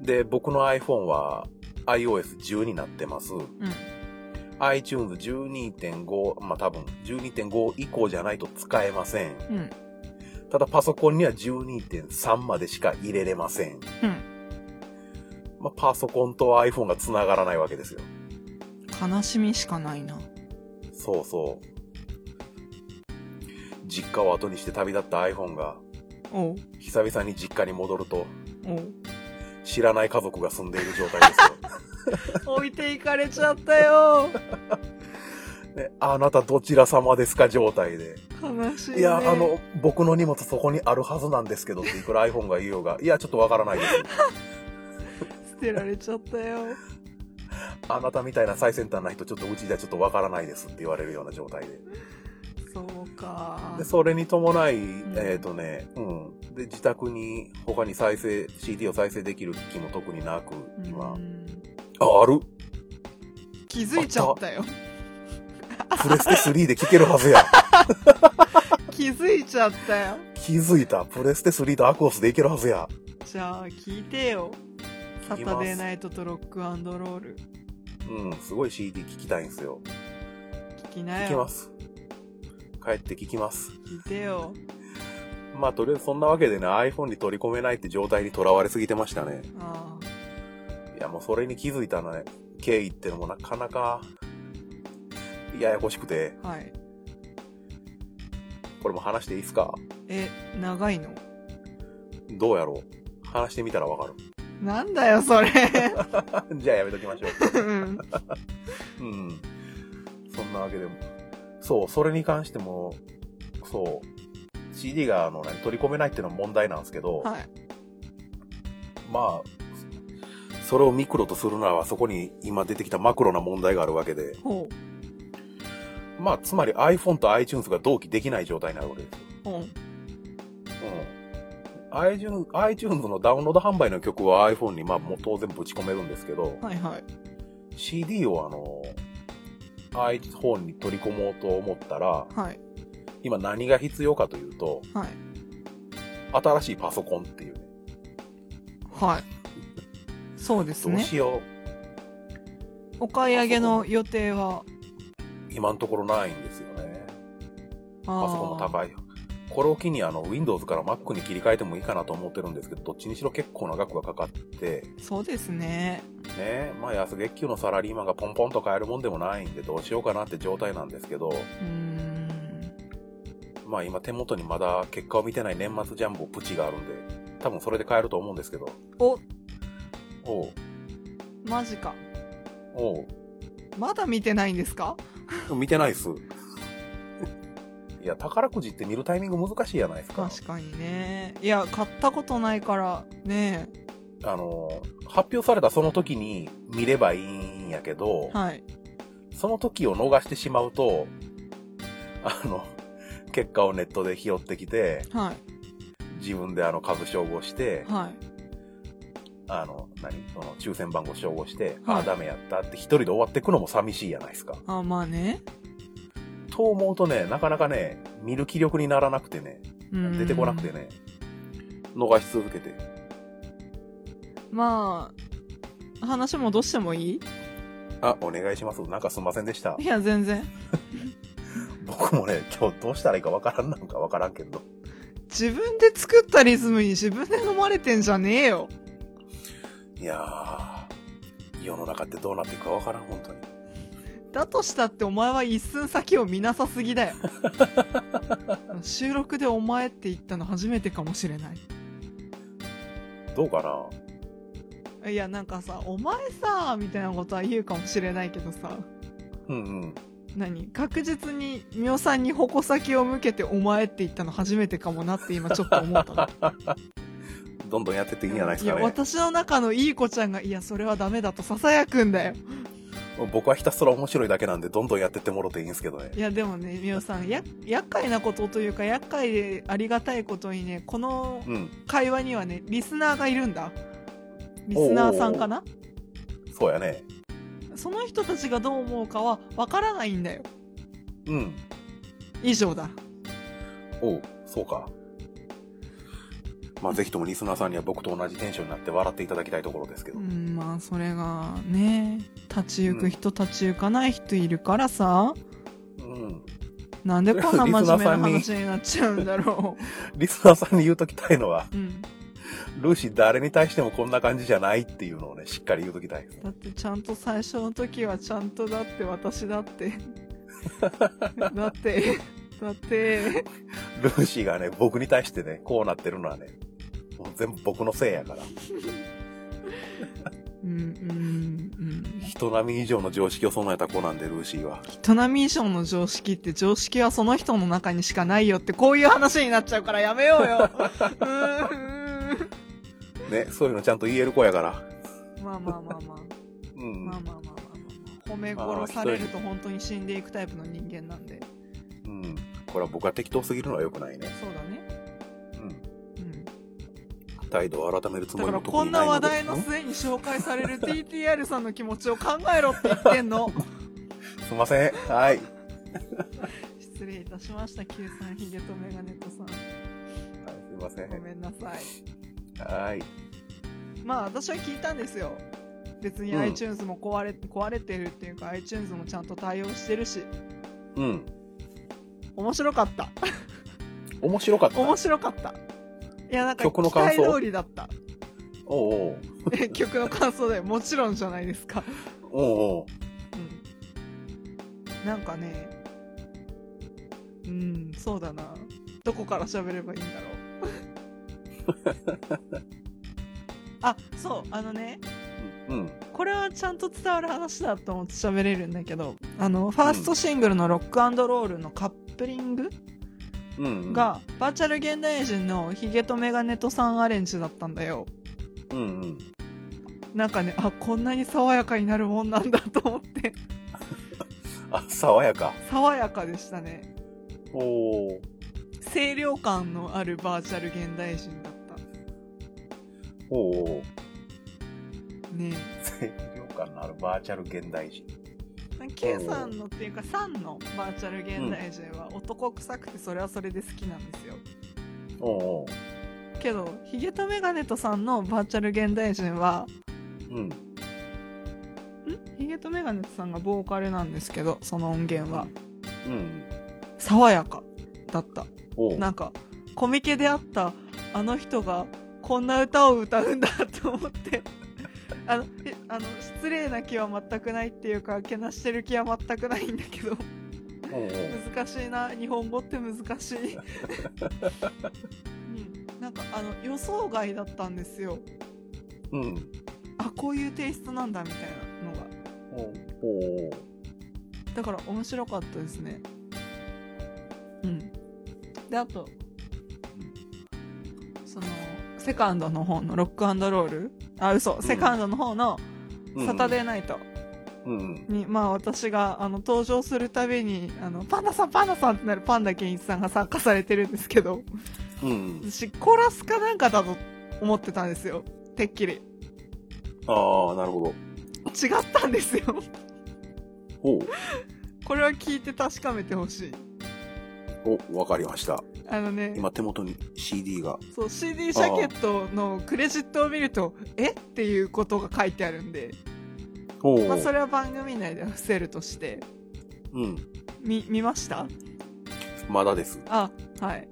[SPEAKER 1] うん
[SPEAKER 2] で、僕の iPhone は iOS10 になってます。
[SPEAKER 1] うん
[SPEAKER 2] iTunes12.5、まあ、多分12.5以降じゃないと使えません。
[SPEAKER 1] うん
[SPEAKER 2] ただパソコンには12.3までしか入れれません。
[SPEAKER 1] うん
[SPEAKER 2] まあ、パソコンと iPhone が繋がらないわけですよ。
[SPEAKER 1] 悲しみしかないな
[SPEAKER 2] そうそう。実家を後にして旅立った iPhone が
[SPEAKER 1] おう
[SPEAKER 2] 久々に実家に戻ると
[SPEAKER 1] おう
[SPEAKER 2] 知らない家族が住んでいる状態ですよ。
[SPEAKER 1] 置いていかれちゃったよ
[SPEAKER 2] ね、あなたどちら様ですか状態で。
[SPEAKER 1] 悲しい、ね、
[SPEAKER 2] いや、あの、僕の荷物そこにあるはずなんですけどっていくら iPhone が言いようが、いや、ちょっとわからないです。
[SPEAKER 1] 捨てられちゃったよ
[SPEAKER 2] あなたみたいな最先端な人、ちょっとうちじゃちょっとわからないですって言われるような状態で。
[SPEAKER 1] そうか
[SPEAKER 2] で、それに伴い、
[SPEAKER 1] ん
[SPEAKER 2] えっ、とね、うん。で、自宅に他に再生、CD を再生できる機器も特になく、今。
[SPEAKER 1] うん
[SPEAKER 2] あ、ある
[SPEAKER 1] 気づいちゃったよ
[SPEAKER 2] プレステ3で聴けるはずや。
[SPEAKER 1] 気づいちゃったよ
[SPEAKER 2] 気づいた。プレステ3とアクオスでいけるはずや。
[SPEAKER 1] じゃあ聞いてよサ
[SPEAKER 2] 聞きます
[SPEAKER 1] タデーナイトとロックアンドロール
[SPEAKER 2] うん、すごい CD 聴きたいんですよ。
[SPEAKER 1] 聞きな
[SPEAKER 2] 聴きま
[SPEAKER 1] よ
[SPEAKER 2] す。帰って聴きます。
[SPEAKER 1] 聞いてよ
[SPEAKER 2] まあ、とりあえずそんなわけでね、iPhone に取り込めないって状態にとらわれすぎてましたね。
[SPEAKER 1] ああ
[SPEAKER 2] いや、もうそれに気づいたね、経緯ってのもなかなか、ややこしくて、
[SPEAKER 1] はい
[SPEAKER 2] これも話していいですか
[SPEAKER 1] え長いの
[SPEAKER 2] どうやろう話してみたらわか
[SPEAKER 1] なんだよ それ
[SPEAKER 2] る。 じゃあやめときましょ
[SPEAKER 1] うん
[SPEAKER 2] う。うん。そんなわけでも。そう、それに関しても、そう、CD があの、何取り込めないっていうのは問題なんですけど、
[SPEAKER 1] はい
[SPEAKER 2] まあ、それをミクロとするならば、そこに今出てきたマクロな問題があるわけで、
[SPEAKER 1] ほ
[SPEAKER 2] まあ、つまり iPhone と iTunes が同期できない状態になるわけです。
[SPEAKER 1] うほう
[SPEAKER 2] うん、iTunes, iTunes のダウンロード販売の曲は iPhone にまあもう当然ぶち込めるんですけど、
[SPEAKER 1] はいはい
[SPEAKER 2] CD をあの、iPhone に取り込もうと思ったら、
[SPEAKER 1] はい
[SPEAKER 2] 今何が必要かというと、
[SPEAKER 1] はい
[SPEAKER 2] 新しいパソコンっていうね。
[SPEAKER 1] はいそうです
[SPEAKER 2] どう
[SPEAKER 1] ね
[SPEAKER 2] しよ
[SPEAKER 1] お買い上げの予定は
[SPEAKER 2] う、今のところないんですよね。
[SPEAKER 1] あ
[SPEAKER 2] パソコンも
[SPEAKER 1] い
[SPEAKER 2] 高い。これを機にあの Windows から Mac に切り替えてもいいかなと思ってるんですけど、どっちにしろ結構な額がかかって、
[SPEAKER 1] そうですね
[SPEAKER 2] ね、まあ安月給のサラリーマンがポンポンと買えるもんでもないんで、どうしようかなって状態なんですけど、
[SPEAKER 1] うーん
[SPEAKER 2] まあ今手元にまだ結果を見てない年末ジャンボプチがあるんで、多分それで買えると思うんですけど。
[SPEAKER 1] お
[SPEAKER 2] おう、
[SPEAKER 1] マジか
[SPEAKER 2] お
[SPEAKER 1] まだ見てないんですか
[SPEAKER 2] う、見てないっす。いや、宝くじって見るタイミング難しいじゃないですか。
[SPEAKER 1] 確かにねいや買ったことないからね
[SPEAKER 2] あの、発表されたその時に見ればいいんやけど、
[SPEAKER 1] はい
[SPEAKER 2] その時を逃してしまうと、あの、結果をネットで拾ってきて、
[SPEAKER 1] は
[SPEAKER 2] 自分であの株照合して
[SPEAKER 1] い、はい
[SPEAKER 2] あの、何その抽選番号照合して、
[SPEAKER 1] はい
[SPEAKER 2] ああ、ダメやったって一人で終わってくのも寂しいじゃないですか。
[SPEAKER 1] あまあね
[SPEAKER 2] と思うとね、なかなかね、見る気力にならなくてね、
[SPEAKER 1] うん
[SPEAKER 2] 出てこなくてね、逃し続けて。
[SPEAKER 1] まあ話戻してもいい
[SPEAKER 2] あ、お願いします。なんかすんませんでした
[SPEAKER 1] い。や全然
[SPEAKER 2] 僕もね、今日どうしたらいいかわからんなんかわからんけど。
[SPEAKER 1] 自分で作ったリズムに自分で飲まれてんじゃねえよ
[SPEAKER 2] いやー、世の中ってどうなっていくかわからん、本当に。
[SPEAKER 1] だとしたってお前は一寸先を見なさすぎ だよ収録でお前って言ったの初めてかもしれない
[SPEAKER 2] どうかない
[SPEAKER 1] やなんかさ「お前さ」みたいなことは言うかもしれないけどさ
[SPEAKER 2] うんうん。
[SPEAKER 1] 何確実にミオさんに矛先を向けて「お前」って言ったの初めてかもなって今ちょっと思ったの
[SPEAKER 2] どんどんやってっていいんじゃない
[SPEAKER 1] い
[SPEAKER 2] です
[SPEAKER 1] や
[SPEAKER 2] かね。
[SPEAKER 1] 私の中のいい子ちゃんが「いやそれはダメだ」とささやくんだよ
[SPEAKER 2] 僕はひたすら面白いだけなんで、どんどんやってってもろていいんですけどね
[SPEAKER 1] い。やでもねミオさんや厄介なことというか厄介でありがたいことにねこの
[SPEAKER 2] うん。
[SPEAKER 1] 会話にはねリスナーがいるんだリスナーさんかな
[SPEAKER 2] そうやね。
[SPEAKER 1] その人たちがどう思うかはわからないんだよ
[SPEAKER 2] うん。
[SPEAKER 1] 以上だ
[SPEAKER 2] おう、そうか。まあ、ぜひともリスナーさんには僕と同じテンションになって笑っていただきたいところですけ
[SPEAKER 1] う
[SPEAKER 2] ど。
[SPEAKER 1] んまあそれがね立ち行く人、立ち行かない人いるからさ
[SPEAKER 2] うん。
[SPEAKER 1] なんでこんな真面目な
[SPEAKER 2] リ
[SPEAKER 1] 話
[SPEAKER 2] ス
[SPEAKER 1] になっちゃうんだろ
[SPEAKER 2] リスナーさんに言うときたいのは、
[SPEAKER 1] う、うん、
[SPEAKER 2] ルーシー誰に対してもこんな感じじゃないっていうのをね、しっかり言うときたいです。
[SPEAKER 1] だってちゃんと最初の時はちゃんとだって私だって だってだって
[SPEAKER 2] ルーシーがね、僕に対してね、こうなってるのはね、もう全部僕のせいやから。
[SPEAKER 1] うんうんうん
[SPEAKER 2] 人並み以上の常識を備えた子なんで、ルーシーは。
[SPEAKER 1] 人並み以上の常識って常識はその人の中にしかないよってこういう話になっちゃうからやめようよう ーん
[SPEAKER 2] ね、そういうのちゃんと言える子やから。
[SPEAKER 1] まあまあまあまあ
[SPEAKER 2] うん。
[SPEAKER 1] まあまあまあ褒め殺されると本当に死んでいくタイプの人間なんで
[SPEAKER 2] うん。これは僕が適当すぎるのは良くないね。
[SPEAKER 1] そうだね
[SPEAKER 2] うん。
[SPEAKER 1] うん
[SPEAKER 2] 態度を改めるつ
[SPEAKER 1] だ
[SPEAKER 2] も
[SPEAKER 1] か
[SPEAKER 2] り
[SPEAKER 1] ら
[SPEAKER 2] も
[SPEAKER 1] こ
[SPEAKER 2] 特
[SPEAKER 1] ん
[SPEAKER 2] に
[SPEAKER 1] な
[SPEAKER 2] ない
[SPEAKER 1] 話
[SPEAKER 2] ので。
[SPEAKER 1] 題の末に紹介される TTR さんの気持ちを考えろって言ってんの
[SPEAKER 2] んすいません。はい。
[SPEAKER 1] 失礼いたしました Q さんヒゲとメガネとさん
[SPEAKER 2] はいすいませ
[SPEAKER 1] ご
[SPEAKER 2] ん。
[SPEAKER 1] めんなさい
[SPEAKER 2] はい。
[SPEAKER 1] まあ私は聞いたんですよ別に
[SPEAKER 2] うん
[SPEAKER 1] iTunes も壊れ,、壊れてるっていうか iTunes もちゃんと対応してるし
[SPEAKER 2] うん。
[SPEAKER 1] 面白かった
[SPEAKER 2] 面白かった。
[SPEAKER 1] 面白かったいやなんか
[SPEAKER 2] 曲の
[SPEAKER 1] 期
[SPEAKER 2] 感
[SPEAKER 1] 待
[SPEAKER 2] 想
[SPEAKER 1] 通りだった
[SPEAKER 2] おうおう。
[SPEAKER 1] え曲の感想だよもちろんじゃないですか
[SPEAKER 2] おうおう。
[SPEAKER 1] うんなんかねうんそうだなどこから喋ればいいんだ ろうあそうあのね
[SPEAKER 2] うん。
[SPEAKER 1] これはちゃんと伝わる話だと思って喋れるんだけどあのファーストシングルの「ロックロール」のカップリング
[SPEAKER 2] うん。うん。
[SPEAKER 1] が、バーチャル現代人のヒゲとメガネとさんアレンジだったんだよ
[SPEAKER 2] うんうん。
[SPEAKER 1] なんかねあこんなに爽やかになるもんなんだと思って
[SPEAKER 2] あ、爽やか。
[SPEAKER 1] 爽やかでしたね
[SPEAKER 2] おお。
[SPEAKER 1] 清涼感のあるバーチャル現代人だった
[SPEAKER 2] おう おう。
[SPEAKER 1] ね
[SPEAKER 2] 清涼感のあるバーチャル現代人。
[SPEAKER 1] え Q さんのっていうかさんのバーチャル現代人は男臭くてそれはそれで好きなんですよ
[SPEAKER 2] おうおう。
[SPEAKER 1] けどヒゲとメガネとさんのバーチャル現代人は
[SPEAKER 2] うん。
[SPEAKER 1] んヒゲとメガネとさんがボーカルなんですけどその音源は
[SPEAKER 2] うん。
[SPEAKER 1] 爽やかだった
[SPEAKER 2] おう。
[SPEAKER 1] なんかコミケであったあの人がこんな歌を歌うんだと思ってあのえあの失礼な気は全くないっていうかけなしてる気は全くないんだけど
[SPEAKER 2] おうおう。
[SPEAKER 1] 難しいな日本語って難しい、うん、なんかあの予想外だったんですよ
[SPEAKER 2] うん。
[SPEAKER 1] あこういうテイストなんだみたいなのが
[SPEAKER 2] おうおう。
[SPEAKER 1] だから面白かったですねうんであとそのセカンドの方のロックロールあ嘘
[SPEAKER 2] ん
[SPEAKER 1] セカンドの方のサタデーナイト
[SPEAKER 2] ー。うん。
[SPEAKER 1] に、まあ私があの登場するたびにあのパンダさんパンダさんってなるパンダ健一さんが参加されてるんですけど
[SPEAKER 2] うん。
[SPEAKER 1] 私コーラスかなんかだと思ってたんですよてっきり
[SPEAKER 2] ああ、なるほど。
[SPEAKER 1] 違ったんですよ
[SPEAKER 2] おう。
[SPEAKER 1] これは聞いて確かめてほしい
[SPEAKER 2] お、わかりました。
[SPEAKER 1] あのね
[SPEAKER 2] 今手元に CD が。
[SPEAKER 1] そう CD ジャケットのクレジットを見るとえっていうことが書いてあるんで、
[SPEAKER 2] おうおう。
[SPEAKER 1] まあ、それは番組内では伏せるとして
[SPEAKER 2] うん。
[SPEAKER 1] み見ました
[SPEAKER 2] まだです。
[SPEAKER 1] あはい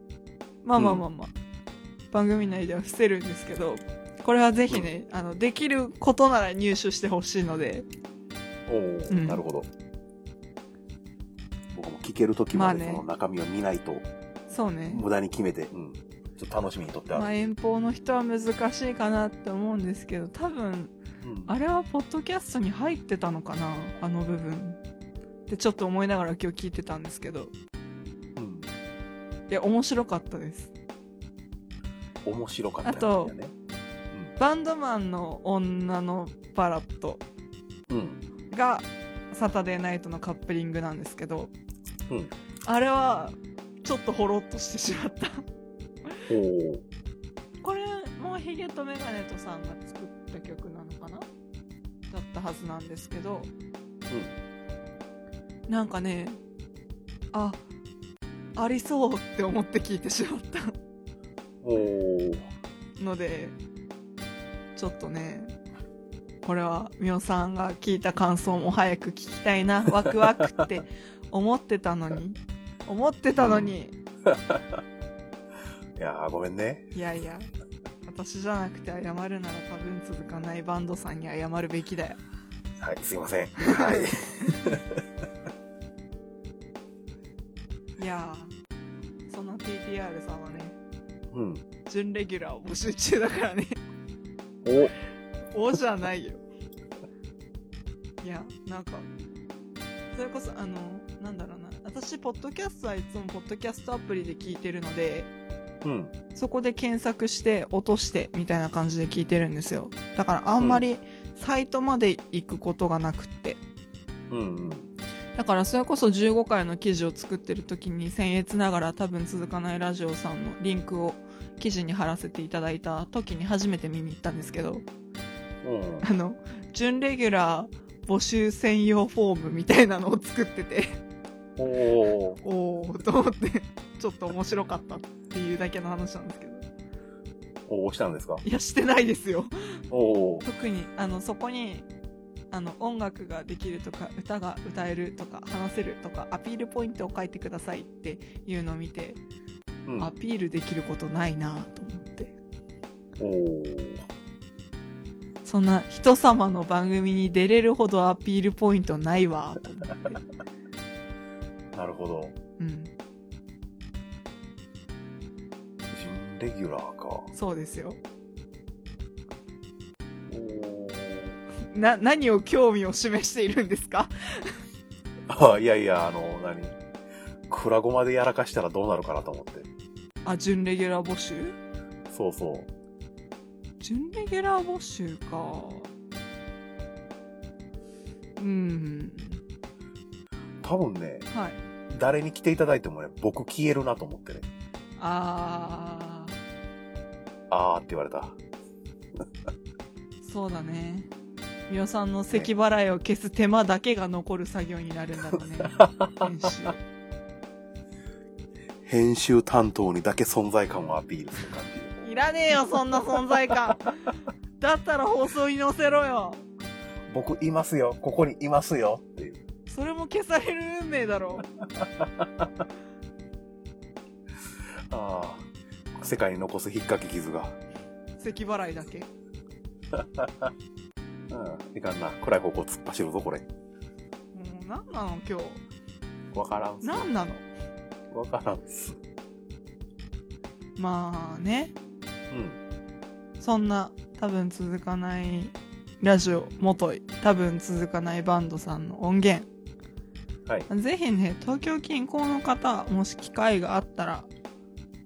[SPEAKER 1] まあまあまあまあ、番組内では伏せるんですけどこれはぜひね、あのできることなら入手してほしいので
[SPEAKER 2] おお、
[SPEAKER 1] うん
[SPEAKER 2] なるほど。僕も聞けるときま
[SPEAKER 1] ま
[SPEAKER 2] で
[SPEAKER 1] あ
[SPEAKER 2] そ
[SPEAKER 1] ね
[SPEAKER 2] の中身を見ないと
[SPEAKER 1] そうね
[SPEAKER 2] 無駄に決めて、うん。ちょっと楽しみにとってある。
[SPEAKER 1] まあ、遠方の人は難しいかなって思うんですけど多分
[SPEAKER 2] うん
[SPEAKER 1] あれはポッドキャストに入ってたのかなあの部分ってちょっと思いながら今日聞いてたんですけど
[SPEAKER 2] うん
[SPEAKER 1] いや面白かったです
[SPEAKER 2] 面白かった
[SPEAKER 1] あと
[SPEAKER 2] ね。
[SPEAKER 1] バンドマンの女のバラット
[SPEAKER 2] うん。
[SPEAKER 1] がサタデーナイトのカップリングなんですけど、
[SPEAKER 2] うん
[SPEAKER 1] あれはちょっとほろっとしてしまった
[SPEAKER 2] おお。
[SPEAKER 1] これもヒゲとメガネとさんが作った曲なのかなだったはずなんですけどなんかねあありそうって思って聞いてしまった
[SPEAKER 2] うん。おお。
[SPEAKER 1] のでちょっとねこれはみおさんが聞いた感想も早く聞きたいなワクワクって思ってたのに思ってたのに、
[SPEAKER 2] いやー、ごめんね。
[SPEAKER 1] いやいや私じゃなくて謝るなら多分続かないバンドさんに謝るべきだよ
[SPEAKER 2] はい、すいません。はい。
[SPEAKER 1] いやーそんな TTR さんはね
[SPEAKER 2] うん。
[SPEAKER 1] 準レギュラーを募集中だからね
[SPEAKER 2] お
[SPEAKER 1] おじゃないよ。いや、なんか、それこそ、あの、なんだろうな。私、ポッドキャストはいつもポッドキャストアプリで聞いてるので、
[SPEAKER 2] うん。
[SPEAKER 1] そこで検索して、落として、みたいな感じで聞いてるんですよ。だから、あんまり、サイトまで行くことがなくって。
[SPEAKER 2] うんうん。
[SPEAKER 1] だからそれこそ15回の記事を作ってる時に僭越ながら多分続かないラジオさんのリンクを記事に貼らせていただいた時に初めて見に行ったんですけど
[SPEAKER 2] うん
[SPEAKER 1] あの準レギュラー募集専用フォームみたいなのを作ってて
[SPEAKER 2] おお。
[SPEAKER 1] おおと思ってちょっと面白かったっていうだけの話なんですけど
[SPEAKER 2] 応募したんですか
[SPEAKER 1] いやしてないですよ
[SPEAKER 2] おお。
[SPEAKER 1] 特にあのそこにあの音楽ができるとか歌が歌えるとか話せるとかアピールポイントを書いてくださいっていうのを見て、
[SPEAKER 2] うん。
[SPEAKER 1] アピールできることないなぁと思って
[SPEAKER 2] おお。
[SPEAKER 1] そんな人様の番組に出れるほどアピールポイントないわと思って、
[SPEAKER 2] なるほど。
[SPEAKER 1] うん、
[SPEAKER 2] 準レギュラーか。お
[SPEAKER 1] そうですよ
[SPEAKER 2] お。
[SPEAKER 1] な何を興味を示しているんですか
[SPEAKER 2] あ、いやいや、あの、何クラゴマでやらかしたらどうなるかなと思って。
[SPEAKER 1] あ準レギュラー募集
[SPEAKER 2] そうそう。
[SPEAKER 1] 準レギュラー募集かうん
[SPEAKER 2] 多分ね、
[SPEAKER 1] はい
[SPEAKER 2] 誰に来ていただいてもね、僕消えるなと思ってね。
[SPEAKER 1] あ
[SPEAKER 2] あーって言われた。
[SPEAKER 1] ーそうだね美代さんの咳払いを消す手間だけが残る作業になるんだろうね編集
[SPEAKER 2] 編集担当にだけ存在感をアピールする感じ。
[SPEAKER 1] いらねえよそんな存在感だったら放送に載せろよ
[SPEAKER 2] 僕いますよ、ここにいますよっていう。
[SPEAKER 1] それも消される運命だろ
[SPEAKER 2] ああ、世界に残す引っかき傷が。
[SPEAKER 1] 咳払いだけ
[SPEAKER 2] うん、いかんな。暗い方向突っ走るぞ、これ。
[SPEAKER 1] もう何なの今日
[SPEAKER 2] わからんっす。
[SPEAKER 1] 何なの
[SPEAKER 2] わからんっす。
[SPEAKER 1] まあね
[SPEAKER 2] うん。
[SPEAKER 1] そんな多分続かないラジオ元多分続かないバンドさんの音源
[SPEAKER 2] はい。
[SPEAKER 1] ぜひね東京近郊の方もし機会があったら、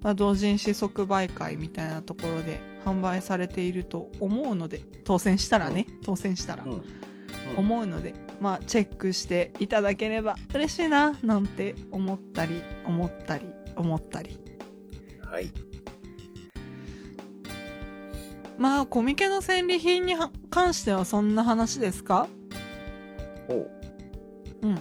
[SPEAKER 1] まあ、同人誌即売会みたいなところで販売されていると思うので当選したらね当選したら、
[SPEAKER 2] うん。うん、
[SPEAKER 1] 思うのでまあチェックしていただければ嬉しいななんて思ったり思ったり思ったり
[SPEAKER 2] はい。
[SPEAKER 1] まあコミケの戦利品には関してはそんな話ですか
[SPEAKER 2] おう。
[SPEAKER 1] うん、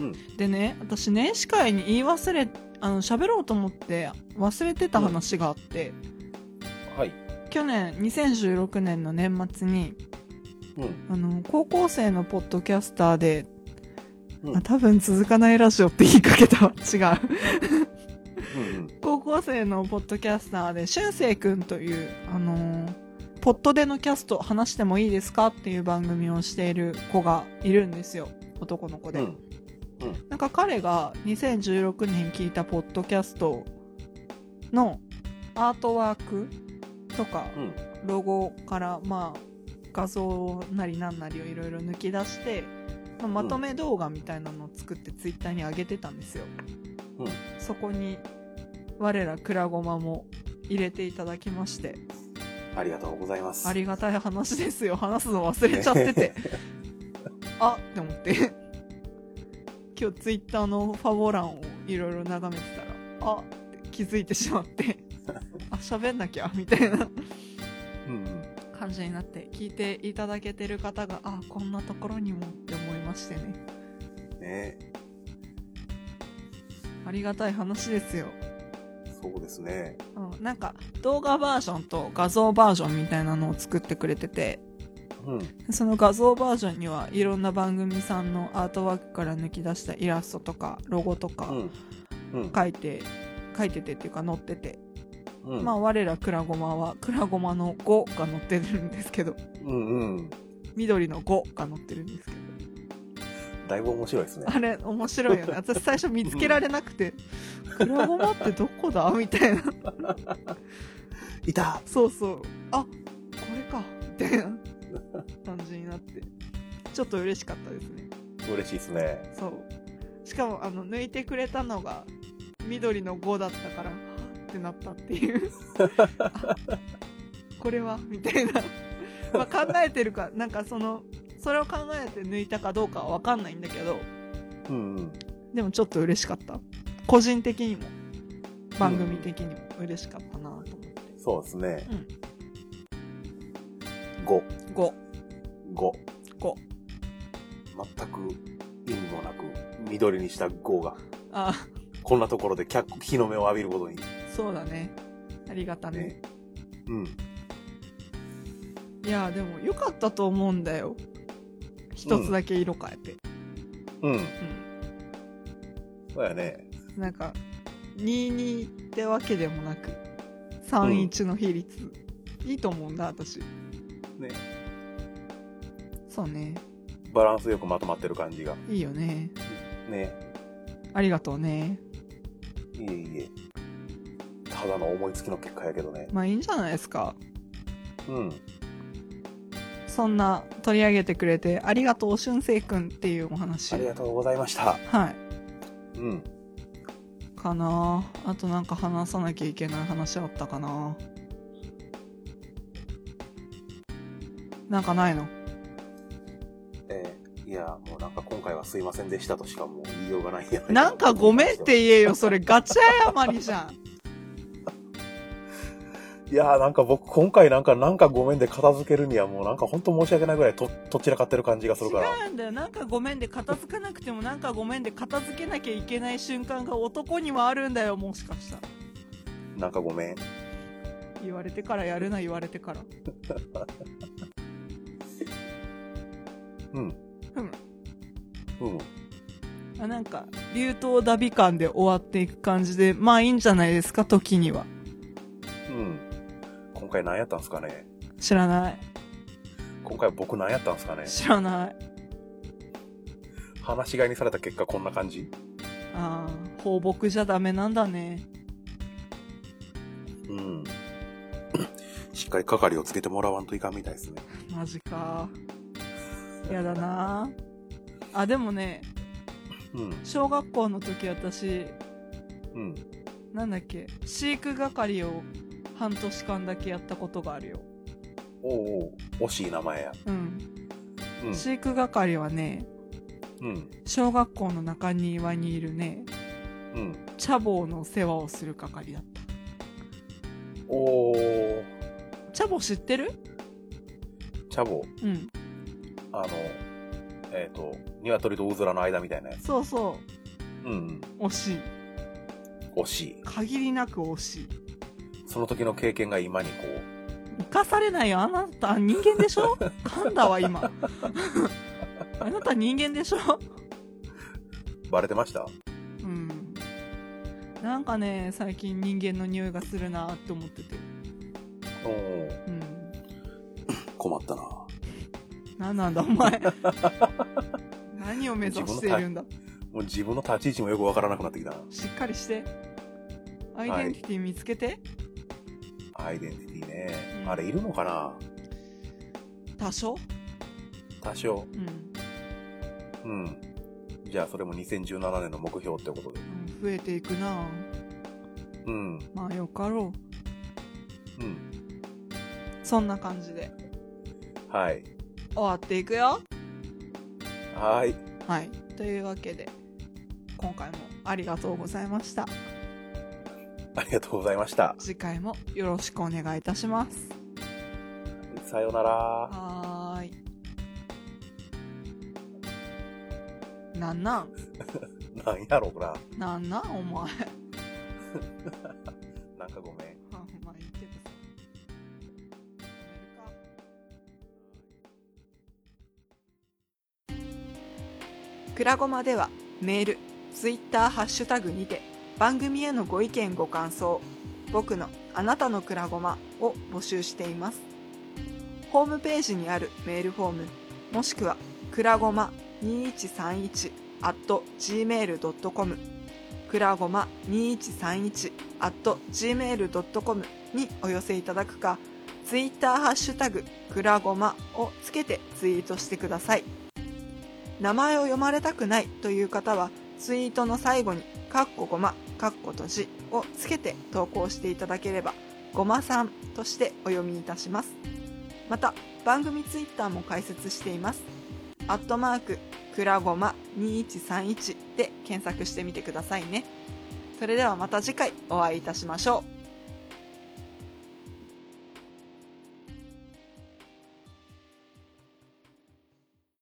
[SPEAKER 2] うん
[SPEAKER 1] でね私年始会に言い忘れあの喋ろうと思って忘れてた話があって、
[SPEAKER 2] はい。
[SPEAKER 1] 去年2016年の年末に
[SPEAKER 2] うん。
[SPEAKER 1] あの高校生のポッドキャスターで、
[SPEAKER 2] うん
[SPEAKER 1] あ多分続かないラジオって言いかけたわ違う
[SPEAKER 2] うん
[SPEAKER 1] 高校生のポッドキャスターで俊生くんというあのーポッドでのキャスト話してもいいですかっていう番組をしている子がいるんですよ男の子
[SPEAKER 2] うん。う
[SPEAKER 1] で、
[SPEAKER 2] ん。
[SPEAKER 1] なんか彼が2016年聞いたポッドキャストのアートワークとか
[SPEAKER 2] うん。
[SPEAKER 1] ロゴからまあ画像なりなんなりをいろいろ抜き出して、まあまとめ動画みたいなのを作ってツイッターに上げてたんですよ、
[SPEAKER 2] うん
[SPEAKER 1] そこに我らくらごまも入れていただきまして
[SPEAKER 2] ありがとうございます。
[SPEAKER 1] ありがたい話ですよ話すの忘れちゃって てあって思って今日ツイッターのファボ欄をいろいろ眺めてたらあって気づいてしま ってあ喋んなきゃみたいな
[SPEAKER 2] うんうん。
[SPEAKER 1] 感じになって聞いていただけてる方があこんなところにもって思いましてね
[SPEAKER 2] ね
[SPEAKER 1] ありがたい話ですよ
[SPEAKER 2] そうですね。
[SPEAKER 1] うんなんか動画バージョンと画像バージョンみたいなのを作ってくれてて
[SPEAKER 2] うん。
[SPEAKER 1] その画像バージョンにはいろんな番組さんのアートワークから抜き出したイラストとかロゴと
[SPEAKER 2] う
[SPEAKER 1] か
[SPEAKER 2] ん。うん。
[SPEAKER 1] 書いて、書いててっていうか載ってて、
[SPEAKER 2] うん。
[SPEAKER 1] まあ我らくらごまはくらごまの5が載ってるんですけど
[SPEAKER 2] うんうん。
[SPEAKER 1] 緑の5が載ってるんですけど
[SPEAKER 2] だいぶ面白いです ね。
[SPEAKER 1] あれ面白いよね私最初見つけられなくて「くらごまってどこ だ?」みたいない
[SPEAKER 2] た
[SPEAKER 1] そうそうあこれかみたいな感じになってちょっと嬉しかったですね
[SPEAKER 2] 嬉しいですね。
[SPEAKER 1] そうしかもあの抜いてくれたのが緑の5だったからはぁってなったっていう あこれはみたいなまあ考えてるかなんかそのそれを考えて抜いたかどうかは分かんないんだけど
[SPEAKER 2] うんうん。
[SPEAKER 1] でもちょっと嬉しかった個人的にも番組的にも嬉しかったなと思って、
[SPEAKER 2] そうですね。
[SPEAKER 1] うん
[SPEAKER 2] 5、
[SPEAKER 1] 5
[SPEAKER 2] 5。
[SPEAKER 1] 5
[SPEAKER 2] 全く意味もなく、緑にした5が、
[SPEAKER 1] あ
[SPEAKER 2] こんなところで脚日の目を浴びることに。
[SPEAKER 1] そうだねありがたね
[SPEAKER 2] ね。うん。
[SPEAKER 1] いやでも良かったと思うんだよ一つだけ色変えて、
[SPEAKER 2] うん。
[SPEAKER 1] うん
[SPEAKER 2] そうやね。
[SPEAKER 1] なんか22ってわけでもなく31の比率、いいと思うんだ私
[SPEAKER 2] ね。
[SPEAKER 1] そうね
[SPEAKER 2] バランスよくまとまってる感じが。
[SPEAKER 1] いいよね
[SPEAKER 2] ね。
[SPEAKER 1] ありがとうね
[SPEAKER 2] いえいえ。ただの思いつきの結果やけどね。
[SPEAKER 1] まあいいんじゃないですか
[SPEAKER 2] うん。
[SPEAKER 1] そんな取り上げてくれてありがとう俊生くんっていうお話
[SPEAKER 2] ありがとうございました。
[SPEAKER 1] はい
[SPEAKER 2] うん。
[SPEAKER 1] かなあとなんか話さなきゃいけない話あったかななんかないの
[SPEAKER 2] えーいや、もうなんか今回はすいませんでしたとしかもう言いようがないや
[SPEAKER 1] なんかごめんって。言えよそれガチ謝りじゃん
[SPEAKER 2] いやーなんか僕今回なんか、なんかごめんで片付けるにはもうなんか本当申し訳ないぐらいと、とっちらかってる感じがするから。
[SPEAKER 1] 違うんだよなんかごめんで片付かなくてもなんかごめんで片付けなきゃいけない瞬間が男にはあるんだよもしかしたら
[SPEAKER 2] なんかごめん。
[SPEAKER 1] 言われてからやるな言われてから
[SPEAKER 2] うん。
[SPEAKER 1] うん
[SPEAKER 2] うん。
[SPEAKER 1] あなんか流頭ダビ感で終わっていく感じでまあいいんじゃないですか時には
[SPEAKER 2] うん。今回何やったんすかね
[SPEAKER 1] 知らない
[SPEAKER 2] 今回僕何やったんすかね
[SPEAKER 1] 知らない
[SPEAKER 2] 話し飼いにされた結果こんな感じ
[SPEAKER 1] ああ放牧じゃダメなんだね
[SPEAKER 2] うん。 しっかり係をつけてもらわんといかんみたいですね。
[SPEAKER 1] マジかやだなあでもね
[SPEAKER 2] うん。
[SPEAKER 1] 小学校の時私
[SPEAKER 2] うん。
[SPEAKER 1] なんだっけ飼育係を半年間だけやったことがあるよ
[SPEAKER 2] おうおう、惜しい名前や。
[SPEAKER 1] うん、
[SPEAKER 2] うん。
[SPEAKER 1] 飼育係はね
[SPEAKER 2] うん。
[SPEAKER 1] 小学校の中庭にいるね
[SPEAKER 2] うん。
[SPEAKER 1] 茶坊の世話をする係だった
[SPEAKER 2] おー、
[SPEAKER 1] 茶坊知ってる
[SPEAKER 2] チャボ、
[SPEAKER 1] うん
[SPEAKER 2] あの、えっ、と、鶏とうずらの間みたいなやつ。
[SPEAKER 1] そうそ
[SPEAKER 2] うん、
[SPEAKER 1] う惜しい
[SPEAKER 2] うん。惜しい。
[SPEAKER 1] 限りなく惜しい
[SPEAKER 2] その時の経験が今にこ
[SPEAKER 1] 生かされないよあなた人間でし ょ噛んだわ 今あなた人間でしょ
[SPEAKER 2] う、バレてました
[SPEAKER 1] うんなんかね最近人間の匂いがするなって思ってて
[SPEAKER 2] おー、
[SPEAKER 1] うん
[SPEAKER 2] 困ったな。
[SPEAKER 1] 何なんだお 前何を目指しているんだ
[SPEAKER 2] もう自分の立ち位置もよくわからなくなってきたな。
[SPEAKER 1] しっかりしてアイデンティティ見つけて、
[SPEAKER 2] アイデンティティね
[SPEAKER 1] う。ん
[SPEAKER 2] あれいるのかな
[SPEAKER 1] 多少
[SPEAKER 2] 多少。
[SPEAKER 1] うん、
[SPEAKER 2] うん。じゃあそれも2017年の目標ってことで。
[SPEAKER 1] うん増えていくな
[SPEAKER 2] うん。
[SPEAKER 1] まあよかろう
[SPEAKER 2] うん。
[SPEAKER 1] そんな感じで
[SPEAKER 2] はい。
[SPEAKER 1] 終わっていくよ
[SPEAKER 2] はーい。
[SPEAKER 1] はいというわけで今回もありがとうございました
[SPEAKER 2] ありがとうございました。
[SPEAKER 1] 次回もよろしくお願いいたします
[SPEAKER 2] さようなら。
[SPEAKER 1] はーいなんなん
[SPEAKER 2] なんやろうな。
[SPEAKER 1] なんなんお前
[SPEAKER 2] なんかごめん。
[SPEAKER 1] あまあいいけどさやめるか
[SPEAKER 3] くらごまではメールツイッターハッシュタグにて番組へのご意見ご感想僕のあなたのくらごまを募集していますホームページにあるメールフォームもしくはくらごま2131 at gmail.com くらごま2131 at gmail.com にお寄せいただくかツイッターハッシュタグくらごまをつけてツイートしてください名前を読まれたくないという方はツイートの最後に「かっこごま」「かっことじ」をつけて投稿していただければごまさんとしてお読みいたしますまた番組ツイッターも開設しています
[SPEAKER 1] アットマークくらごま2131で検索してみてくださいね。それではまた次回お会いいたしましょう。